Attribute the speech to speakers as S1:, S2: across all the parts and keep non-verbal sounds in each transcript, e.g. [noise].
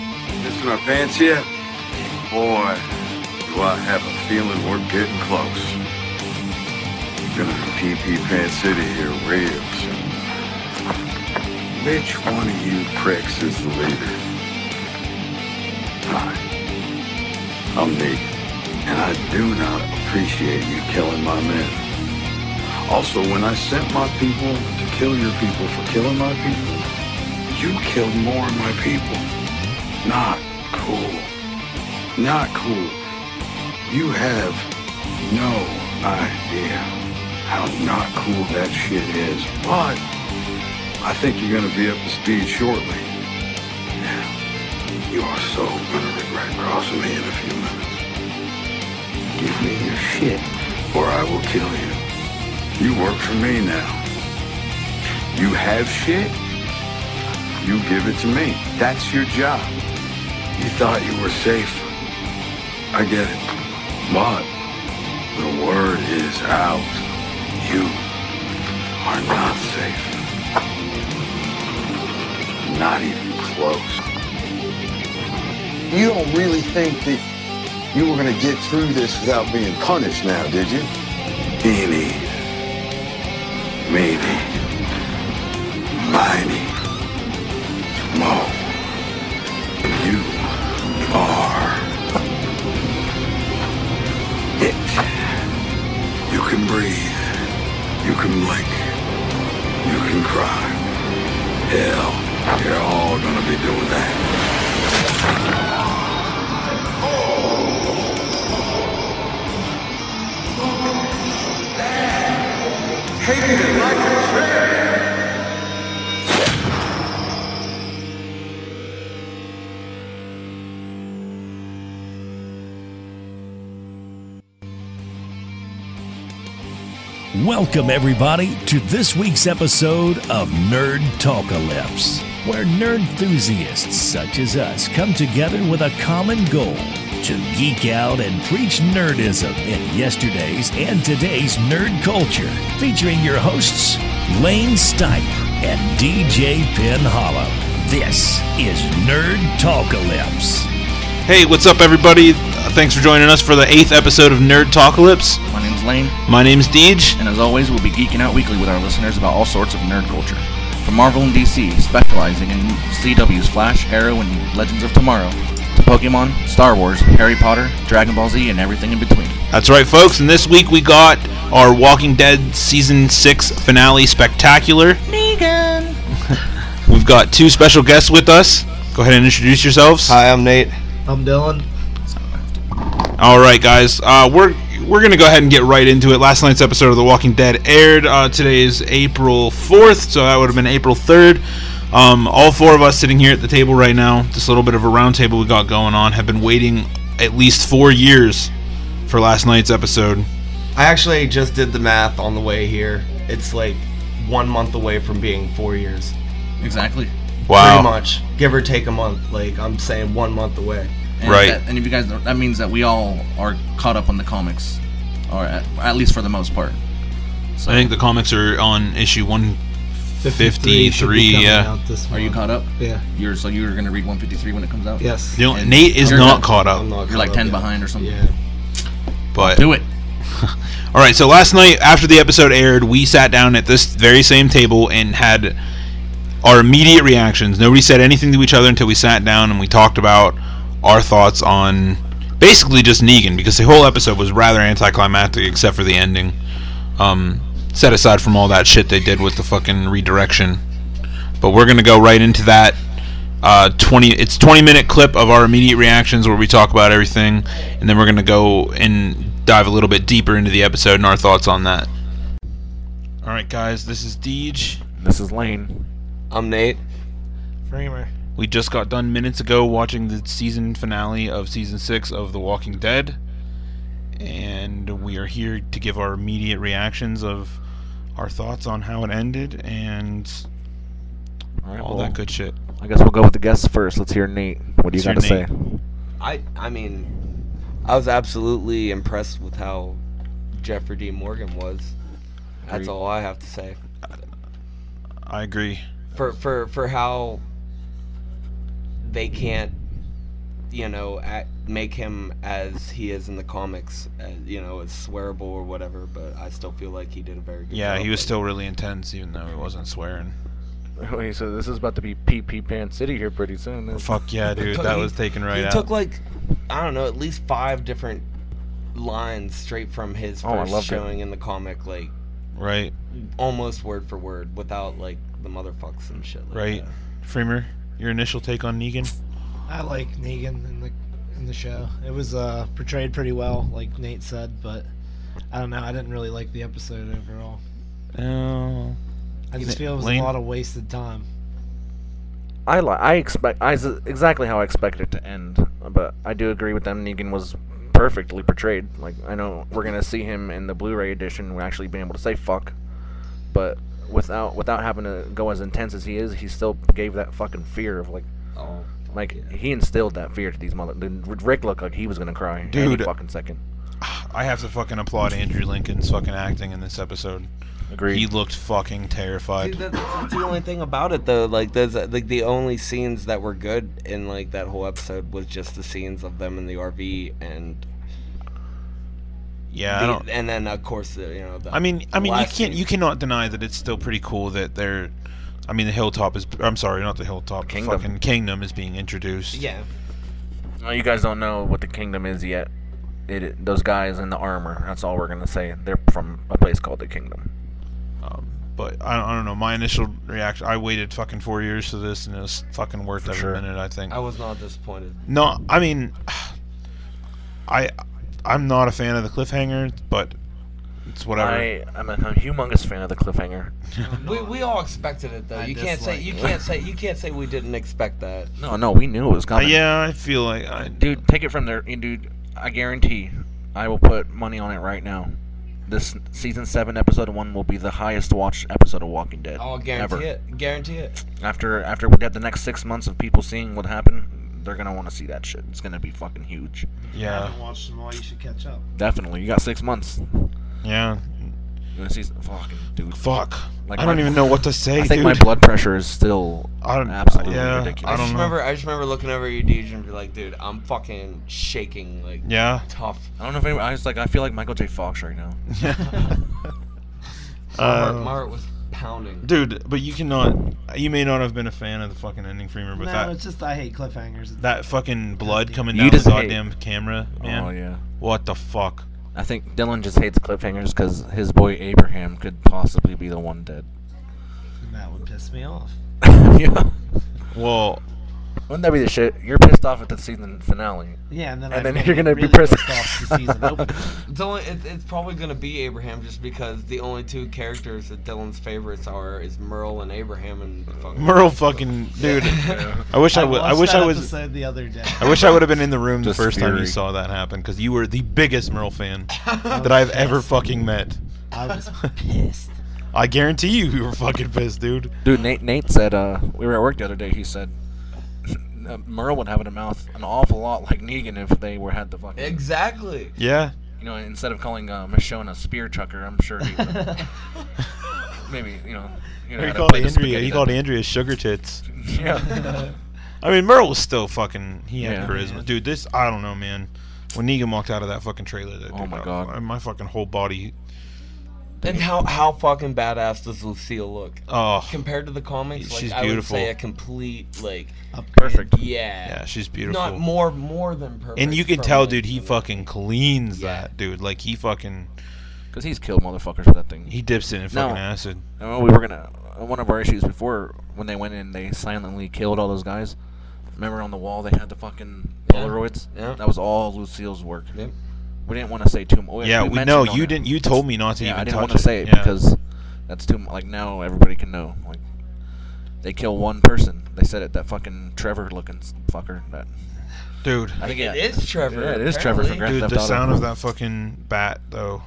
S1: in our pants yet? Boy, do I have a feeling we're getting close. Gonna PP Pants City here real soon. Which one of you pricks is the leader? Hi, I'm Nick, and I do not appreciate you killing my men. Also, when I sent my people to kill your people for killing my people, you killed more of my people. Not cool. Not cool. You have no idea how not cool that shit is. But I think you're gonna be up to speed shortly. You are so gonna regret crossing me in a few minutes. Give me your shit, or I will kill you. You work for me now. You have shit, you give it to me. That's your job. You thought you were safe. I get it. But the word is out. You are not safe. Not even close.
S2: You don't really think that you were going to get through this without being punished now, did you?
S1: Teeny. Meeny. Miny. Mo. You are it. You can breathe. You can blink. You can cry. Hell, you're all gonna be doing that.
S3: Welcome, everybody, to this week's episode of Nerd Talkalypse, where nerd enthusiasts such as us come together with a common goal to geek out and preach nerdism in yesterday's and today's nerd culture. Featuring your hosts, Lane Stipe and DJ Penn Hollow. This is Nerd Talkalypse.
S4: Hey, what's up, everybody? Uh, Thanks for joining us for the eighth episode of Nerd Talkalypse.
S5: My name's Lane,
S4: My name's Deej.
S5: and as always, we'll be geeking out weekly with our listeners about all sorts of nerd culture. From Marvel and DC, specializing in CW's Flash, Arrow, and Legends of Tomorrow, to Pokemon, Star Wars, Harry Potter, Dragon Ball Z, and everything in between.
S4: That's right, folks. And this week we got our Walking Dead season six finale spectacular. Negan. [laughs] We've got two special guests with us. Go ahead and introduce yourselves.
S6: Hi, I'm Nate.
S7: I'm Dylan.
S4: All right, guys. Uh, we're we're gonna go ahead and get right into it. Last night's episode of The Walking Dead aired. Uh, today is April fourth, so that would have been April third. Um, all four of us sitting here at the table right now, this little bit of a round table we got going on, have been waiting at least four years for last night's episode.
S6: I actually just did the math on the way here. It's like one month away from being four years.
S5: Exactly.
S6: Pretty much. Give or take a month. Like, I'm saying one month away.
S5: And
S4: Right.
S5: That, and if you guys, that means that we all are caught up on the comics, or at, at least for the most part.
S4: I think the comics are on issue one. 53,
S7: should be coming
S4: yeah.
S7: out this
S5: Are you
S7: month.
S5: caught up?
S7: Yeah.
S5: You're so you're gonna read 153 when it comes out.
S7: Yes.
S4: You know,
S5: And
S4: Nate is
S5: you're
S4: not
S5: not-
S4: caught up,
S6: I'm not
S5: You're like
S6: caught up
S5: 10
S6: yet.
S5: behind or something.
S7: Yeah.
S4: but
S5: Do it.
S4: All right, so last night after the episode aired, we sat down at this very same table and had our immediate reactions. Nobody said anything to each other until we sat down and we talked about our thoughts on basically just Negan because the whole episode was rather anticlimactic except for the ending. Um, set aside from all that shit they did with the fucking redirection, but we're gonna go right into that. Uh, 20 it's 20 minute clip of our immediate reactions where we talk about everything and then we're gonna go and dive a little bit deeper into the episode and our thoughts on that all right guys this is deej
S8: This is Lane.
S6: I'm Nate.
S7: Framer.
S4: We just got done minutes ago watching the season finale of season six of The Walking Dead, and we are here to give our immediate reactions of our thoughts on how it ended and
S8: All right,
S4: all
S8: well,
S4: that good shit.
S8: I guess we'll go with the guests first. Let's hear Nate. What do you got
S4: Let's
S8: to
S4: hear
S8: say?
S6: I, I mean, I was absolutely impressed with how Jeffrey D. Morgan was. That's
S8: Agreed.
S6: all I have to say.
S4: I agree.
S6: for for for how they can't you know, act, make him as he is in the comics, uh, you know, as swearable or whatever. But I still feel like he did a very good.
S4: Yeah,
S6: job
S4: he was
S6: of it.
S4: still really intense, even though he wasn't swearing.
S5: [laughs] Wait, so this is about to be PP Pants City here pretty soon. then.
S4: Fuck yeah, dude,
S6: took-
S4: that
S6: he-
S4: was taken right
S6: he
S4: out.
S6: took like I don't know, at least five different lines straight from his
S5: Oh, I
S6: first
S5: loved it.
S6: showing in the comic, like
S4: right,
S6: almost word for word, without like the motherfucks and shit. Like
S4: right.
S6: that.
S4: Freemer, your initial take on Negan?
S9: I like Negan in the in the show. It was uh, portrayed pretty well, like Nate said, but I don't know. I didn't really like the episode overall.
S4: Oh,
S9: I just feel it was
S4: Lane?
S9: a lot of wasted time.
S5: I li- I expect I s- exactly how I expected it to end, but I do agree with them. Negan was perfectly portrayed. Like I know we're gonna see him in the Blu-ray edition. We're actually being able to say fuck, but without without having to go as intense as he is, he still gave that fucking fear of like
S6: Oh, fuck
S5: like
S6: yeah.
S5: he instilled that fear to these mother. dude, Rick looked like he was gonna cry any
S4: Dude.
S5: fucking second.
S4: I have to fucking applaud Andrew Lincoln's fucking acting in this episode.
S5: Agreed.
S4: He looked fucking terrified.
S6: See, that- that's, that's the only thing about it though. Like, there's like the only scenes that were good in like that whole episode was just the scenes of them in the RV and
S4: yeah, I
S6: the-
S4: don't.
S6: and then of course the, you know. The
S4: I mean, I mean, you
S6: last
S4: can't,
S6: scene.
S4: you cannot deny that it's still pretty cool that they're. I mean, the hilltop is. I'm sorry, not the hilltop.
S5: Kingdom.
S4: The fucking kingdom is being introduced.
S6: Yeah,
S5: Well, you guys don't know what the kingdom is yet. It, it those guys in the armor. That's all we're gonna say. They're from a place called the kingdom.
S4: Um, but I don't, I don't know. My initial reaction. I waited fucking four years for this, and it was fucking worth every
S5: sure.
S4: minute. I think.
S6: I was not disappointed.
S4: No, I mean, I, I'm not a fan of the cliffhanger, but it's whatever.
S5: I am a humongous fan of the cliffhanger.
S6: We, we all expected it though.
S9: I
S6: you can't say you can't say you can't say we didn't expect that.
S5: No, no, we knew it was
S4: Uh,
S5: coming.
S4: yeah, I feel like I,
S5: dude, take it from there, and dude. I guarantee, I will put money on it right now. This season seven episode one will be the highest watched episode of Walking Dead.
S6: I'll guarantee
S5: ever.
S6: it. Guarantee it.
S5: After after we get the next six months of people seeing what happened, they're gonna want to see that shit. It's gonna be fucking huge.
S9: I
S4: yeah,
S9: haven't watched them all. You should catch up.
S5: Definitely, you got six months.
S4: yeah.
S5: You're gonna see fucking dude.
S4: Fuck.
S5: Like
S4: I don't
S5: my-
S4: even know what to say,
S5: [laughs] I think
S4: dude.
S5: my blood pressure is still
S4: I don't-
S5: absolutely
S4: yeah,
S5: ridiculous.
S6: I,
S4: I
S6: just
S4: don't know.
S6: remember I just remember looking over at you, dude, and be like, dude, I'm fucking shaking, like
S4: [laughs]
S9: [laughs]
S4: yeah.
S6: tough.
S5: I don't know if anyone, I was like, I feel like Michael J. Fox right now.
S6: My
S4: Uh,
S6: heart- my heart was pounding.
S4: dude, but you cannot. You may not have been a fan of the fucking ending, Freeman, but
S9: no,
S4: that
S9: it's just I hate cliffhangers. It's-
S4: that fucking blood coming
S5: You
S4: down the
S5: just hate-
S4: goddamn camera, man.
S5: Oh yeah.
S4: What the fuck?
S5: I think Dylan just hates cliffhangers because his boy Abraham could possibly be the one dead. [laughs]
S9: that would piss me off.
S5: yeah.
S4: Well,
S5: Wouldn't that be the shit? You're pissed off at the season finale.
S9: Yeah, and then
S5: And
S9: I
S5: then
S9: feel
S5: you're gonna be
S9: really
S5: pissed
S9: off
S6: [laughs]
S9: the season opener.
S6: It's only it's, it's probably gonna be Abraham just because the only two characters that Dylan's favorites are is Merle and Abraham and fucking
S4: Merle, fucking
S5: [laughs]
S4: dude. I wish I wa- I
S9: watched
S4: wish
S9: that
S4: I was.
S9: episode the other day.
S4: I wish I would have been in the room the
S5: Just
S4: first time you
S5: fury.
S4: saw that happen because you were the biggest Merle
S5: [laughs]
S4: fan that I've ever fucking met. [laughs]
S9: I was pissed.
S4: I guarantee you, you were fucking pissed, dude.
S5: Dude, Nate Nate said uh, we were at work the other day. He said [laughs] uh, Merle would have in a mouth an awful lot like Negan if they were had the fucking
S6: [laughs] Exactly.
S4: Yeah,
S5: you know instead of calling uh, Michonne a spear trucker, I'm sure he would [laughs] maybe you know. you know,
S4: he
S5: had to
S4: called
S5: play the
S4: Andrea. He
S5: spaghetti
S4: called
S5: that-
S4: Andrea sugar tits.
S5: [laughs] Yeah.
S4: I mean, Merle was still fucking. He had
S5: Yeah.
S4: charisma, dude. This I don't know, man. When Negan walked out of that fucking trailer, that
S5: Oh
S4: dude,
S5: my
S4: I-
S5: God.
S4: I- my fucking whole body.
S6: And how how fucking badass does Lucille look?
S4: Oh,
S6: Compared to the comics, like
S4: She's
S6: I
S4: beautiful.
S6: would say a complete like
S5: Perfect.
S6: yeah.
S4: yeah, she's beautiful.
S6: Not more more than perfect.
S4: and you can
S6: from,
S4: tell,
S6: like,
S4: dude, he
S6: the-
S4: fucking cleans
S6: Yeah.
S4: that, dude. Like he fucking
S5: Because he's killed motherfuckers with that thing.
S4: he dips it in
S5: No.
S4: fucking acid.
S5: Oh, we were gonna. One of our issues before when they went in, they silently killed all those guys. Remember on the wall they had the fucking
S6: Yeah.
S5: Polaroids.
S6: Yeah.
S5: That was all Lucille's work.
S6: Yep.
S5: We didn't want to say too much.
S4: Yeah, we know you didn't. You told me not to
S5: Yeah,
S4: even
S5: I didn't
S4: touch
S5: want to say it
S4: Yeah.
S5: because that's too. mu- Like now everybody can know. Like they kill one person. They said it. That fucking Trevor looking fucker. That
S4: dude.
S5: I think
S6: It is Trevor.
S5: Yeah, it is Trevor from
S6: apparently.
S5: Grand
S4: Dude,
S5: Theft
S4: the
S5: Auto.
S4: sound of that fucking bat, though.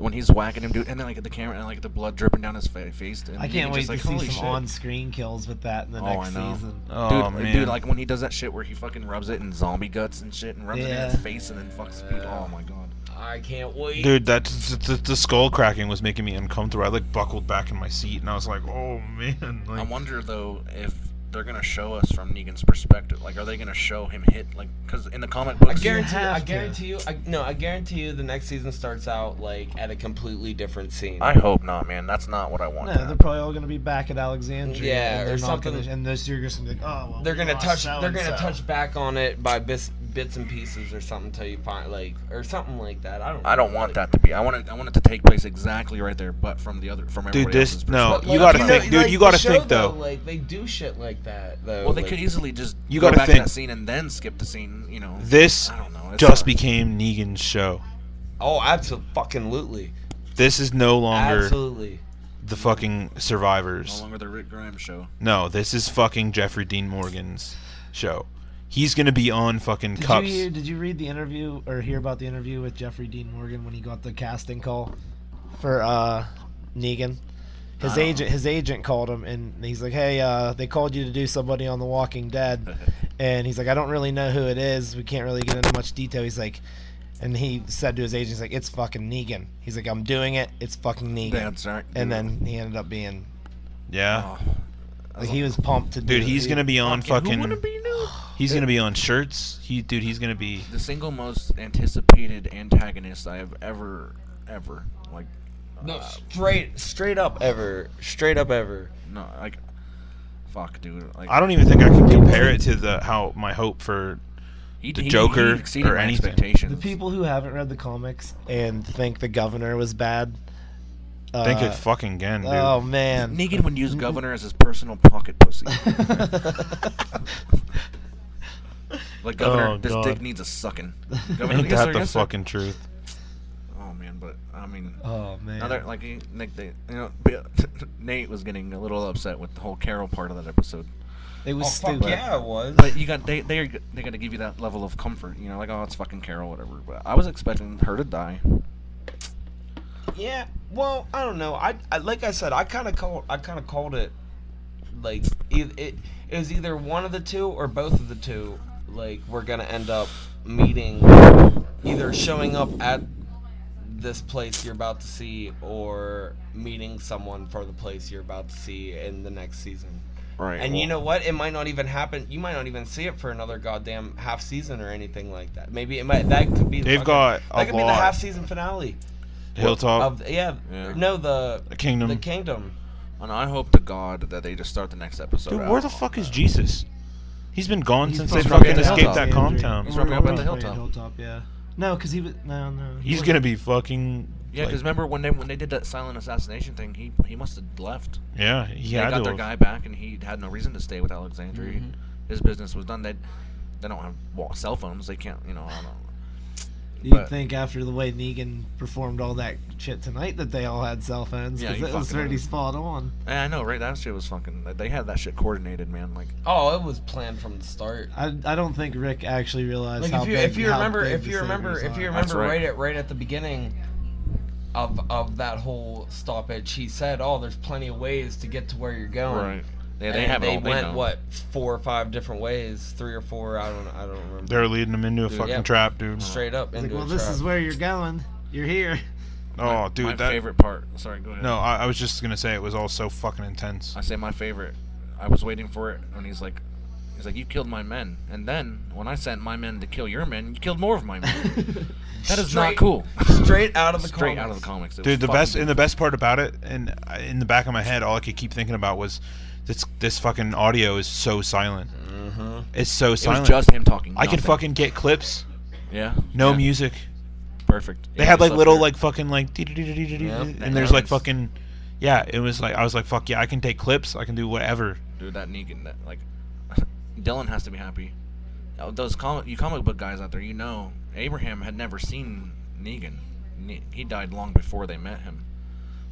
S5: when he's whacking him, dude, and then like at the camera and like the blood dripping down his fa- face. And
S9: I
S5: you
S9: can't
S5: just,
S9: wait
S5: like,
S9: to see
S5: holy
S9: some
S5: shit.
S9: on-screen kills with that in the
S5: Oh,
S9: next
S5: I know.
S9: season.
S4: Oh
S5: Dude, like-
S4: man,
S5: dude, like when he does that shit where he fucking rubs it in zombie guts and shit, and rubs it in
S9: Yeah.
S5: his face and then fucks people. Oh my god.
S6: I can't wait.
S4: Dude, that the, the skull cracking was making me uncomfortable. I like buckled back in my seat, and I was like, "Oh man!"
S5: I
S4: Like,
S5: wonder though if they're gonna show us from Negan's perspective? Like, are they gonna show him hit? Like, because in the comic books,
S6: I guarantee. I
S9: have to.
S6: guarantee you. I, no, I guarantee you. The next season starts out like at a completely different scene.
S5: I hope not, man. That's not what I want.
S9: No, they're probably all going to be back at Alexandria.
S6: Yeah,
S9: and
S6: or
S9: they're not
S6: something.
S9: Gonna, and this year you're just going to be like, oh, well,
S6: they're
S9: we
S6: gonna
S9: lost
S6: touch.
S9: so
S6: They're
S9: and
S6: gonna
S9: so.
S6: touch back on it by bis, bits and pieces or something until you find like or something like that. I don't.
S5: I don't want that to be. I want it. I want it to take place exactly right there, but from the other, from everybody
S4: this-
S5: else's
S4: no,
S5: perspective.
S4: You gotta
S6: know,
S4: think, dude, you
S6: the
S4: gotta
S6: show,
S4: think, though.
S6: Like they do shit like that though.
S5: Well, they
S6: like-
S5: could e- easily just
S4: You
S5: go
S4: gotta
S5: back to
S4: think.
S5: that scene and then skip the scene. You know,
S4: This
S5: I don't know. It's
S4: just
S5: not-
S4: became Negan's show.
S6: Oh, absolutely.
S4: This is no longer
S6: Absolutely.
S4: the fucking
S5: no
S4: survivors.
S5: longer the Rick Grimes show.
S4: No, this is fucking Jeffrey Dean Morgan's show. He's gonna be on fucking
S9: Did
S4: cups.
S9: you hear, did you read the interview or hear about the interview with Jeffrey Dean Morgan when he got the casting call for uh, Negan? His
S4: Oh.
S9: agent, his agent called him and he's like, "Hey, uh, they called you to do somebody on The
S4: [laughs]
S9: Walking Dead," and he's like, "I don't really know who it is. We can't really get into much detail." He's like, and he said to his agent, "He's like, it's fucking Negan." He's like, "I'm doing it. It's fucking Negan."
S5: That's right.
S9: and then he ended up being
S4: yeah,
S5: Oh,
S9: like he was pumped to do.
S4: dude, he's
S9: it.
S4: gonna be on
S5: who
S4: fucking.
S5: wouldn't be new?
S4: He's gonna be on shirts. He, dude, he's gonna
S5: [laughs]
S4: be.
S5: The single most anticipated antagonist I have ever, ever like.
S6: No, straight, straight up ever, straight up ever.
S5: No, like, fuck, dude. Like,
S4: I don't even think I can compare it to the how my hope for
S5: he,
S4: the
S5: he- he
S4: Joker
S5: exceeded
S4: or
S5: my
S4: anything.
S5: expectations.
S9: The people who haven't read the comics and think the governor was bad. Uh,
S4: think it fucking again, dude.
S9: oh man. [laughs]
S5: Negan would use Governor as his personal pocket pussy. like Governor,
S4: Oh,
S5: this
S4: God.
S5: dick needs a
S9: [laughs]
S5: sucking. Governor,
S4: Ain't
S5: yes,
S4: that
S5: sir,
S4: the
S5: yes, sir.
S4: fucking truth?
S5: Oh man, but I mean,
S9: Oh man.
S5: another like he- Nick, they, you know, but- [laughs] Nate was getting a little upset with the whole Carol part of that episode.
S9: it was
S6: Oh fuck
S9: stupid.
S6: yeah, it was.
S5: But you got they they they got to give you that level of comfort, you know, like oh it's fucking Carol, whatever. But I was expecting her to die.
S6: Yeah. Well, I don't know. I, I like I said, I kind of called. I kind of called it. Like it, it, it was either one of the two or both of the two. Like we're gonna end up meeting, either showing up at this place you're about to see or meeting someone for the place you're about to see in the next season.
S5: Right.
S6: And you know what? It might not even happen. You might not even see it for another goddamn half season or anything like that. Maybe it might. That could be. the
S4: They've
S6: fucking-
S4: got a
S6: That could be the
S4: lot.
S6: half season finale
S5: Oh.
S4: Hilltop,
S6: of yeah,
S5: Yeah.
S6: no the
S4: the kingdom.
S6: the kingdom.
S5: and I hope to God that they just start the next episode.
S4: Dude,
S5: out
S4: where the
S5: on
S4: fuck
S5: that.
S4: is Jesus? He's been gone
S9: He's
S4: since they
S9: supposed to
S4: fucking
S5: be at
S4: escaped that
S5: Hilltop.
S4: calm
S5: He's
S4: town.
S5: right up at the
S9: Probably at
S5: hilltop.
S9: Hilltop, yeah. No, because he was no, no. he
S4: He's
S9: wasn't.
S4: gonna be fucking.
S5: Yeah,
S4: like-
S5: because remember when they when they did that silent assassination thing, he he must have left.
S4: yeah, he
S5: they
S4: had to. have.
S5: got their
S4: Mm-hmm.
S5: guy back, and he had no reason to stay with Alexandria. His business was done. They they don't have wa- cell phones. They can't. You know. I don't,
S9: You'd
S5: but-
S9: think after the way Negan performed all that shit tonight that they all had cell phones.
S5: Yeah,
S9: 'cause
S5: you
S9: it was
S5: fucking
S9: pretty
S5: would.
S9: spot on.
S5: Yeah, I know, right? That shit was fucking. They had that shit coordinated, man. Like,
S6: Oh, it was planned from the start.
S9: I, I don't think Rick actually realized
S6: Like
S9: how
S6: if you
S9: big,
S6: if you
S9: how
S6: remember
S9: big
S6: if
S9: the
S6: you remember
S9: savers
S6: if
S9: are.
S6: you
S5: That's
S6: remember
S5: right.
S6: right. at right at the beginning of of that whole stoppage, he said, "Oh, there's plenty of ways to get to where you're going."
S5: Yeah, they
S6: And
S5: have it
S6: they
S5: all.
S6: went
S5: they know.
S6: what four or five different ways, three or four. I don't I don't remember.
S4: They're leading him into a fucking
S6: yeah.
S4: trap, dude.
S6: Straight up
S9: Like,
S6: into
S9: well,
S6: a
S9: this
S6: trap.
S9: is where you're going. You're here.
S4: Oh,
S5: my
S4: dude, that.
S5: favorite part. Sorry, go ahead.
S4: No, I, I was just gonna say it was all so fucking intense.
S5: I say my favorite. I was waiting for it when he's like, he's like, you killed my men, and then when I sent my men to kill your men, you killed more of my men. that is not
S6: Straight-
S5: cool.
S6: straight out of the
S5: [laughs] Straight
S6: comics.
S5: out of the comics. It was
S4: Dude, the
S5: fucking
S4: best
S5: good.
S4: and the best part about it, and I- in the back of my head, all I could keep thinking about was this. This fucking audio is so silent. It's so
S5: Mm-hmm. It was
S4: silent.
S5: just him talking.
S4: I could
S5: nothing.
S4: fucking get clips,
S5: Yeah.
S4: no
S5: yeah,
S4: music.
S5: Perfect.
S4: They had like little like fucking like dee- dee- dee- dee- dee- dee-
S6: Yep.
S4: and there's like fucking yeah. It was like I was like fuck yeah, I can take clips, I can do whatever.
S5: dude. That Negan, that like, Dylan has to be happy. Uh, Those comic, you comic book guys out there, you know, Abraham had never seen Negan. Ne- he died long before they met him.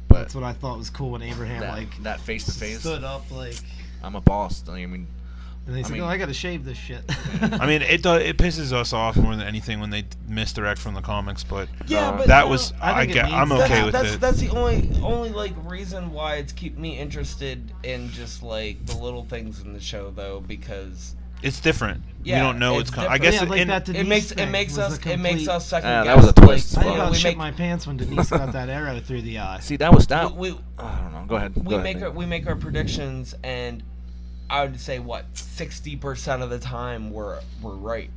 S5: But
S9: That's what I thought was cool when Abraham
S5: that,
S9: like
S5: that face to face,
S9: stood up like
S5: I'm a boss. I mean,
S9: and he's
S5: I
S9: like,
S5: mean-
S9: "Oh, I gotta shave this shit."
S7: [laughs]
S4: I mean, it do- it pisses us off more than anything when they misdirect from the comics, but
S6: Yeah, but
S4: that
S6: no,
S4: was
S9: I
S4: I,
S9: think it
S4: get
S9: means
S4: I'm
S9: that.
S4: okay
S6: that's,
S4: with
S6: that's,
S4: it.
S6: That's the only only like reason why it's keep me interested in just like the little things in the show though because
S4: it's different.
S6: Yeah,
S4: you don't know
S6: it's
S4: it's, com- I
S6: different.
S4: guess
S9: yeah,
S4: it,
S9: like
S4: in,
S9: that
S6: it
S9: Denise
S6: makes it
S9: thing
S6: makes
S9: was
S6: us
S9: a
S6: it makes
S9: complete-
S6: us second
S5: Ah,
S6: guess.
S5: that was a twist.
S6: Like,
S9: I
S5: Yeah,
S6: you know,
S9: about
S6: we
S9: shit
S6: make
S9: my pants when Denise got that arrow through the eye.
S5: see, that was that.
S6: we, we,
S5: I don't know. Go ahead.
S6: we
S5: go ahead,
S6: make
S5: Nate.
S6: our, we make our predictions and I would say what sixty percent of the time we're we're right.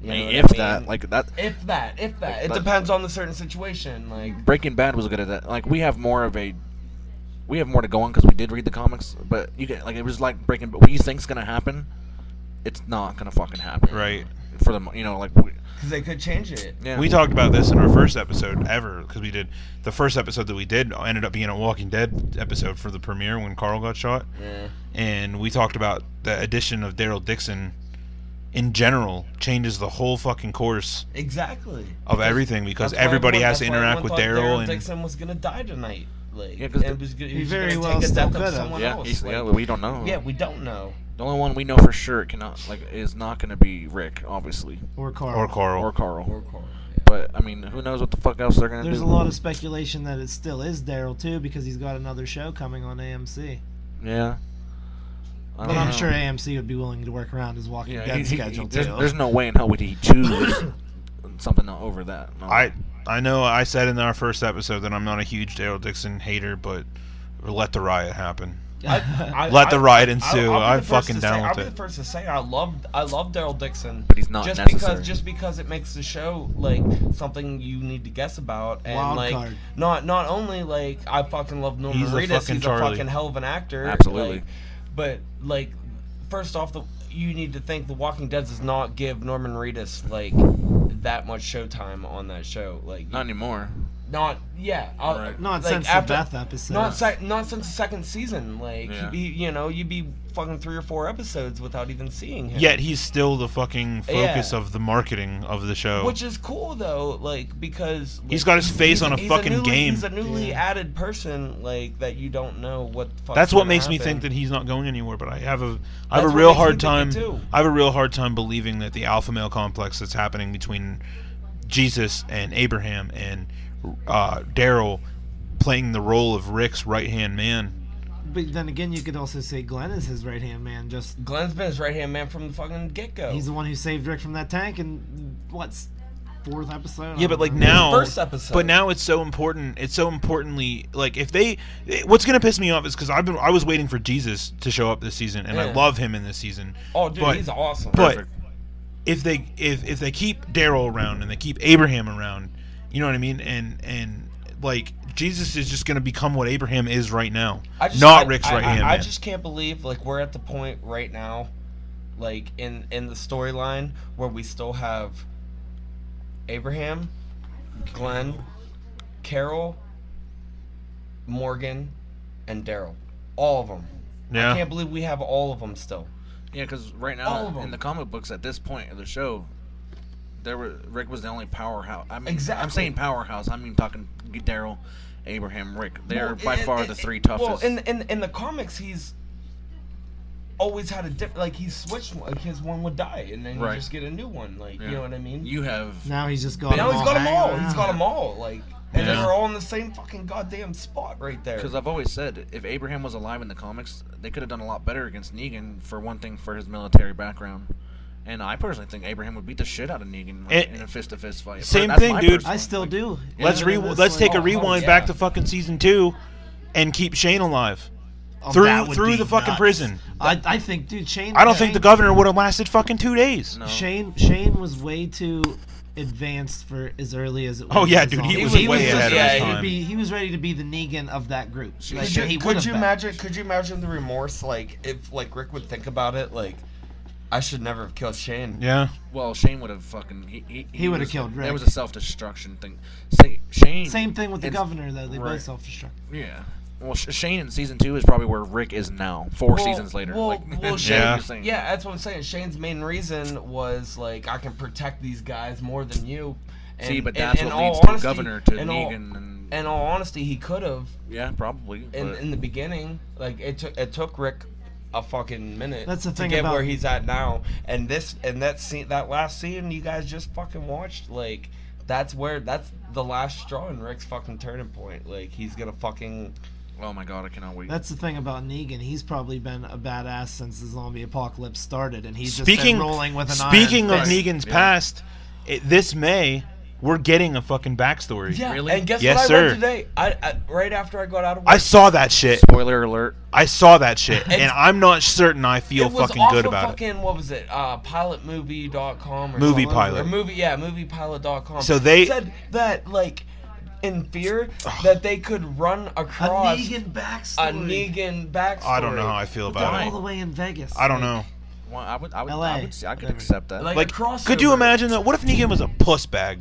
S6: You know what I
S5: if that,
S6: mean?
S5: like that,
S6: if that, if that, it
S5: but-
S6: depends on the certain situation. Like
S5: Breaking Bad was good at that. Like we have more of a, we have more to go on because we did read the comics. But you get like it was like Breaking. But what you think's gonna happen, it's not gonna fucking happen.
S4: Right.
S5: For the mo- you know like we,
S6: because they could change it.
S5: yeah.
S4: We talked about this in our first episode ever because we did the first episode that we did ended up being a Walking Dead episode for the premiere when Carl got shot,
S6: Yeah.
S4: and we talked about the addition of Daryl Dixon. In general, changes the whole fucking course
S6: Exactly.
S4: of everything because
S6: That's why
S4: everybody
S6: everyone-
S4: has to
S6: that's why everyone
S4: interact with
S6: thought
S4: Daryl and
S6: Dixon was gonna die tonight. Like,
S5: Yeah,
S6: yeah,
S5: 'cause
S6: and
S5: the-
S6: was gonna,
S7: He
S6: he was
S7: very
S6: gonna
S7: well
S6: take a
S7: still
S6: death
S7: could've.
S6: of someone
S5: yeah,
S6: else.
S5: he's-
S6: like,
S5: yeah, we don't know.
S6: yeah, we don't know.
S5: The only one we know for sure it cannot like is not gonna be Rick, obviously,
S7: or Carl.
S4: or Carl.
S5: or Carl.
S6: Or Carl.
S5: but I mean, who knows what the fuck else they're gonna
S7: There's a
S5: do?
S7: lot of speculation that it still is Daryl too, because he's got another show coming on AMC.
S5: yeah. I
S7: But
S5: don't
S7: I'm
S5: know.
S7: sure AMC would be willing to work around his Walking
S5: Yeah,
S7: Dead
S5: he- he- he-
S7: schedule
S5: there's,
S7: too.
S5: there's no way in hell would he choose
S6: [coughs]
S5: something over that. No.
S4: I I know I said in our first episode that I'm not a huge Daryl Dixon hater, but let the riot happen.
S6: I, I,
S4: Let the
S6: I-
S4: riot
S6: I'll-
S4: ensue.
S6: I'll be
S4: I'm
S6: the first
S4: fucking
S6: to say-
S4: down
S6: I'll
S4: with
S6: be
S4: it.
S6: the first to say I love I love Daryl Dixon,
S5: But he's not
S6: just
S5: necessary.
S6: because just because it makes the show like something you need to guess about and
S7: Wild
S6: like
S7: card.
S6: not not only like I fucking love Norman
S4: He's a
S6: Reedus,
S4: fucking
S6: he's
S4: Charlie.
S6: a fucking hell of an actor,
S5: Absolutely.
S6: like, but like first off, the you need to think The Walking Dead does not give Norman Reedus like that much showtime on that show. Like
S5: not anymore.
S6: not yeah I'll-
S5: Right.
S7: Not
S6: like,
S7: since
S6: after-
S7: the Beth episode.
S6: not sec- not since the second season. Like
S5: Yeah.
S6: you'd be, you know, you'd be fucking three or four episodes without even seeing him.
S4: Yet he's still the fucking focus
S6: Yeah.
S4: of the marketing of the show.
S6: which is cool though, like because
S4: He's
S6: like,
S4: got his face on a
S6: he's
S4: fucking
S6: newly-
S4: game.
S6: He's a newly added person, like that you don't know what. The fuck's
S4: That's what
S6: gonna
S4: makes me
S6: happen.
S4: think that he's not going anywhere. But I have a I have
S6: That's
S4: a
S6: what
S4: real
S6: makes me
S4: hard time.
S6: think it too.
S4: I have a real hard time believing that the alpha male complex that's happening between Jesus and Abraham and uh, Daryl playing the role of Rick's right hand man.
S7: But then again, you could also say Glenn is his right hand man. Just
S6: Glenn's been his right hand man from the fucking get go.
S7: he's the one who saved Rick from that tank in what's fourth episode. I
S4: Yeah,
S7: don't
S4: but like
S7: know.
S4: now,
S6: first episode.
S4: Oh, But now it's so important. It's so importantly like if they, it- what's gonna piss me off is because I've been I was waiting for Jesus to show up this season, and I
S6: Yeah.
S4: love him in this season.
S6: oh dude,
S4: but-
S6: he's awesome.
S4: But if they if if they keep Daryl around and they keep Abraham around, you know what I mean? And and like Jesus is just gonna become what Abraham is right now,
S6: I just,
S4: not
S6: I-
S4: Rick's
S6: I-
S4: right hand
S6: I, I
S4: man.
S6: just can't believe like we're at the point right now, like in in the storyline where we still have Abraham, Glenn, Carol, Morgan, and Daryl. All of them. I
S4: yeah,
S6: can't believe we have all of them still.
S5: Yeah, because right
S6: All of
S5: now
S6: 'em.
S5: in the comic books at this point of the show, there were Rick was the only powerhouse. I mean, I'm
S6: Exactly.
S5: saying powerhouse. I mean talking Daryl, Abraham, Rick. They're
S6: Well,
S5: by
S6: and-
S5: far
S6: and-
S5: the three
S6: and-
S5: toughest.
S6: Well, in in in the comics, he's always had a different like he switched like his one would die and then
S5: Right.
S6: you just get a new one like
S5: Yeah.
S6: you know what I mean.
S5: you have
S7: now he's just got.
S6: Now
S7: them
S6: he's got them
S7: hanging
S6: all. He's
S7: around.
S6: got them all. Like, and
S4: Yeah.
S6: they're all in the same fucking goddamn spot right there.
S5: Because I've always said, if Abraham was alive in the comics, they could have done a lot better against Negan. For one thing, for his military background, and I personally think Abraham would beat the shit out of Negan like,
S4: And-
S5: in a fist-to-fist fight.
S4: Same
S5: That's
S4: thing,
S5: my
S4: dude.
S5: personal-
S7: I still
S5: like,
S7: do.
S4: let's re
S7: This,
S4: let's
S7: like-
S4: take a
S6: oh,
S4: rewind
S6: yeah.
S4: back to fucking season two, and keep Shane alive.
S6: Um,
S7: Oh,
S4: through-
S7: that would
S4: through
S7: be
S4: the fucking
S7: nuts.
S4: prison.
S7: I, I think, dude, Shane.
S4: I don't think the
S7: Shane-
S4: governor would have lasted fucking two days.
S5: No.
S7: Shane Shane was way too advanced for as early as it was.
S4: Oh, yeah,
S7: in the
S4: dude, he
S7: zombie.
S4: was
S6: way
S7: just
S6: ahead of
S7: ready
S6: his
S7: to
S4: time.
S7: Be, he was ready to be the Negan of that group. Like,
S6: could
S7: he
S6: you,
S7: would've
S6: could you
S7: been.
S6: imagine? Could you imagine the remorse? Like, if like Rick would think about it, like, I should never have killed Shane.
S4: Yeah,
S5: Well, Shane would have fucking. He, he,
S7: He would have
S5: was-
S7: killed Rick.
S5: There was a self-destruction thing. Say, Shane.
S7: Same thing with the
S5: in-
S7: governor, though. They
S5: right.
S7: both self-destruct.
S5: Yeah. Well, Sh- Shane in season two is probably where Rick is now. Four
S6: Well,
S5: seasons later.
S6: well,
S5: like, [laughs]
S6: well,
S5: that's
S4: Shane-
S5: what you're saying.
S6: Yeah, that's what I'm saying. Shane's main reason was like, I can protect these guys more than you. And,
S5: See, but
S6: and-
S5: that's
S6: in
S5: what
S6: all
S5: leads to
S6: honesty-
S5: governor to
S6: in all-
S5: Negan and
S6: In all honesty, he could have.
S5: yeah, probably.
S6: in,
S5: but-
S6: in the beginning, like it took it took Rick a fucking minute
S7: That's the thing
S6: to get
S7: about-
S6: where he's at now. And this and that scene, that last scene you guys just fucking watched, like that's where that's the last straw in Rick's fucking turning point. Like he's gonna fucking
S5: oh my god, I cannot wait.
S7: That's the thing about Negan. He's probably been a badass since the zombie apocalypse started, and he's just
S4: speaking
S7: been rolling with an iron
S4: speaking of
S7: fist.
S4: Negan's past, it, this May We're getting a fucking backstory.
S6: Yeah,
S5: Really?
S6: and guess
S4: Yes,
S6: what I
S4: sir.
S6: read today? I, I right after I got out of work,
S4: I saw that shit.
S5: Spoiler alert.
S4: I saw that shit, and
S6: It's-
S4: I'm not certain I feel
S6: it was
S4: fucking
S6: off
S4: good
S6: of
S4: about it.
S6: fucking, What was it? Uh, pilotmovie.com or
S4: Movie
S6: something.
S4: Pilot.
S6: or movie? Yeah, moviepilot.com.
S4: So they-
S6: said that like in fear that they could run
S9: A
S6: across
S9: Negan backstory.
S6: a Negan backstory.
S4: I don't know how I feel
S9: They're
S4: about
S9: all
S4: it.
S9: the way in Vegas.
S4: I don't
S9: Like,
S4: know.
S5: Well, I would, I would,
S9: LA,
S5: I would, see, I could
S9: whatever.
S5: accept that.
S6: Like,
S4: Like,
S6: a crossover.
S4: could you imagine that? What if Negan was a puss bag?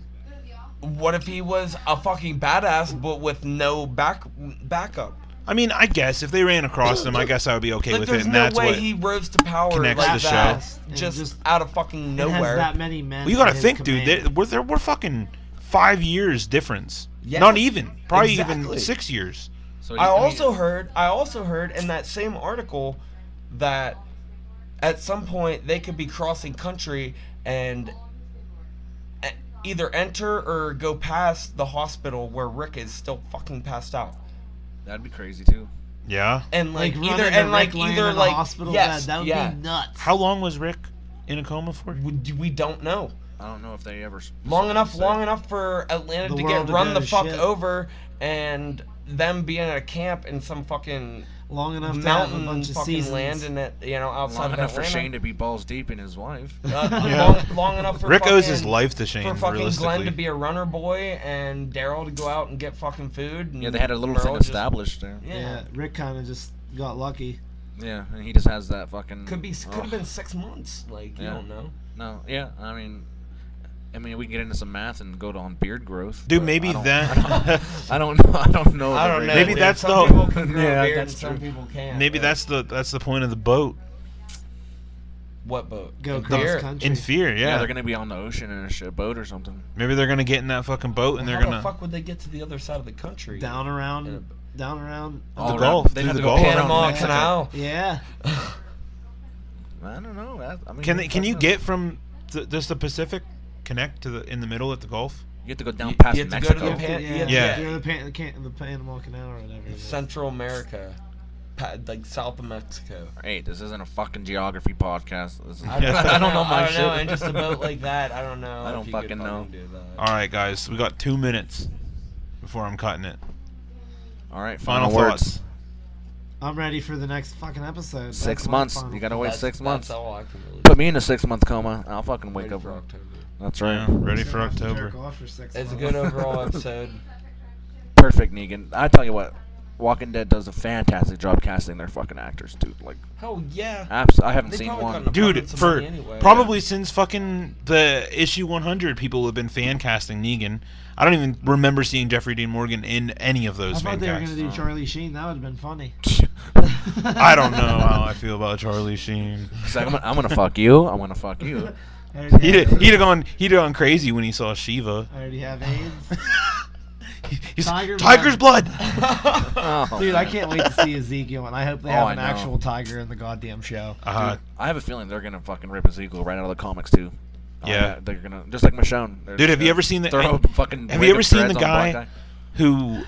S6: What if he was a fucking badass but with no back backup?
S4: I mean, I guess if they ran across him, I guess I would be okay
S6: Like,
S4: with it,
S6: there's
S4: and
S6: no
S4: that's
S6: way
S4: what.
S6: he rose to power like
S4: connects
S9: the show.
S6: that,
S9: And
S6: just,
S9: just-
S6: out of fucking
S9: It has
S6: nowhere.
S9: that many men.
S4: Well, you got
S9: at
S4: to
S9: his
S4: think, dude.
S9: command.
S4: They, we're, there, we're fucking five years difference.
S6: Yeah.
S4: Not even. Probably even
S6: Exactly.
S4: six years.
S5: so
S6: I
S5: you- mean,
S6: also heard I also heard in that same article that at some point they could be crossing country and e- either enter or go past the hospital where Rick is still fucking passed out.
S5: that'd be crazy too.
S4: Yeah.
S6: And like,
S9: running
S6: either
S9: a
S6: and like
S9: rec lane
S6: either
S9: in a
S6: like
S9: hospital
S6: yes,
S9: bed. That would
S6: yeah.
S9: be nuts.
S4: How long was Rick in a coma for?
S6: We, d- we don't know.
S5: I don't know if they ever.
S6: Long enough, long enough for Atlanta
S9: The
S6: to
S9: world
S6: get
S9: to
S6: run
S9: go
S6: the
S9: to
S6: fuck
S9: shit.
S6: over and them being at a camp in some fucking
S9: long enough to have a
S6: mountain
S9: bunch of
S6: fucking
S9: seasons.
S6: land in it, you know, outside
S5: Long
S6: of
S5: enough for
S6: Atlanta.
S5: Shane to be balls deep in his wife.
S6: [laughs] Uh,
S4: Yeah.
S6: long, long enough for
S4: Rick owes his
S6: fucking-
S4: life to Shane,
S6: for fucking Glenn
S4: realistically.
S6: to be a runner boy and Daryl to go out and get fucking food. And
S5: Yeah, they had a little
S6: Merle
S5: thing
S6: just-
S5: established there.
S6: Yeah.
S9: Yeah. Rick kind of just got lucky.
S5: Yeah, and he just has that fucking.
S6: could be could
S5: Ugh.
S6: have been six months. Like you
S5: Yeah.
S6: don't know.
S5: No, yeah, I mean, I mean, we can get into some math and go to on beard growth.
S4: Dude,
S5: but
S4: maybe
S5: I don't-
S6: [laughs]
S4: that-
S5: I don't, [laughs] I don't know. I don't know. the
S6: I don't know.
S5: rate.
S4: Maybe
S6: dude.
S4: that's
S6: some
S4: the whole-
S6: people can grow
S5: Yeah,
S6: a beard and
S5: that's
S6: some
S5: true.
S6: people can't.
S4: [laughs] Maybe
S6: but-
S4: that's the that's the point of the boat.
S6: what boat.
S9: Go
S6: A
S9: cross
S6: beard.
S9: country.
S4: In fear,
S5: Yeah,
S4: yeah.
S5: they're gonna be on the ocean in a shit boat or something.
S4: Maybe they're gonna get in that fucking boat and
S6: How
S4: they're
S6: the
S4: gonna.
S6: fuck would they get to the other side of the country?
S9: Down
S6: Yeah.
S9: around, down around.
S5: All around-
S4: Gulf,
S5: they'd
S4: through
S5: have
S4: the
S5: to go
S4: Gulf.
S5: all around
S6: Panama
S5: Mexico.
S6: Canal.
S9: Yeah,
S5: I don't know. that- I mean,
S4: Can they,
S5: that's
S4: can you
S5: not-
S4: get from the, does the Pacific connect to the in the middle at the Gulf?
S5: You have to go down
S6: You-
S5: past
S6: you have to go to
S5: Mexico.
S6: the Pan- you have to
S4: Yeah.
S9: You're the, pan- the, can- the Panama Canal or whatever. it is.
S6: Central America, pa- like south
S4: [laughs]
S6: of Mexico.
S5: hey, this isn't a fucking geography podcast. This is- [laughs]
S6: I don't,
S5: I don't know my
S6: I don't
S5: shit.
S6: know, and just a boat like that, I don't know.
S5: I
S6: if
S5: don't
S6: you could
S5: fucking know.
S6: do that.
S4: All right, guys, we got two minutes before I'm cutting it.
S5: [laughs] All right,
S4: Final
S5: final,
S4: thoughts.
S5: words.
S9: I'm ready for the next fucking episode. That's
S5: Six
S9: my
S5: months.
S9: final-
S5: You gotta wait
S6: That's-
S5: six months.
S6: That's all I can really.
S5: Put me in a six month coma. I'll fucking wake
S6: Ready
S5: up.
S6: for October.
S5: That's
S4: Yeah,
S5: right.
S4: ready
S9: I'm
S4: for
S9: gonna have to
S4: October.
S9: jerk off for six
S6: It's a
S9: months.
S4: [laughs]
S6: good overall episode.
S5: Perfect, Negan. I tell you what, Walking Dead does a fantastic job casting their fucking actors, dude. Like,
S6: Hell yeah.
S5: abs- I haven't
S6: They
S5: seen [laughs]
S6: probably
S5: one.
S6: couldn't
S4: Dude,
S6: Apartments of
S4: for
S6: Money anyway.
S4: probably since fucking the issue 100, people have been fan casting Negan. I don't even remember seeing Jeffrey Dean Morgan in any of
S9: [laughs] I
S4: those
S9: thought
S4: fan
S9: they were
S4: casts.
S9: gonna do Charlie Sheen. That would have been funny.
S4: [laughs] I don't know
S9: [laughs]
S4: how I feel about Charlie Sheen.
S5: He's like, I'm gonna, I'm gonna fuck you. I'm gonna fuck
S6: [laughs]
S5: you.
S9: I already
S4: He'd
S9: have-
S4: he'd have gone he'd have gone crazy when he saw Shiva.
S9: I already have AIDS.
S4: He's,
S9: Tiger
S4: Tiger's blood.
S5: Oh,
S9: Dude, I
S5: man.
S9: can't wait to see Ezekiel, and I hope
S5: [laughs]
S9: they
S5: Oh,
S9: have
S5: I
S9: an
S5: know.
S9: actual tiger in the goddamn show.
S4: [laughs] Uh,
S5: I have a feeling they're gonna fucking rip Ezekiel right out of the comics too. Oh,
S4: Yeah.
S5: they're gonna just like Michonne. They're
S4: Dude,
S5: just
S4: have you
S5: gonna
S4: ever seen the-
S5: throw
S4: have-
S5: [laughs] fucking?
S4: have you
S5: weight
S4: ever
S5: of
S4: seen
S5: threads
S4: the
S5: on a black
S4: guy- who?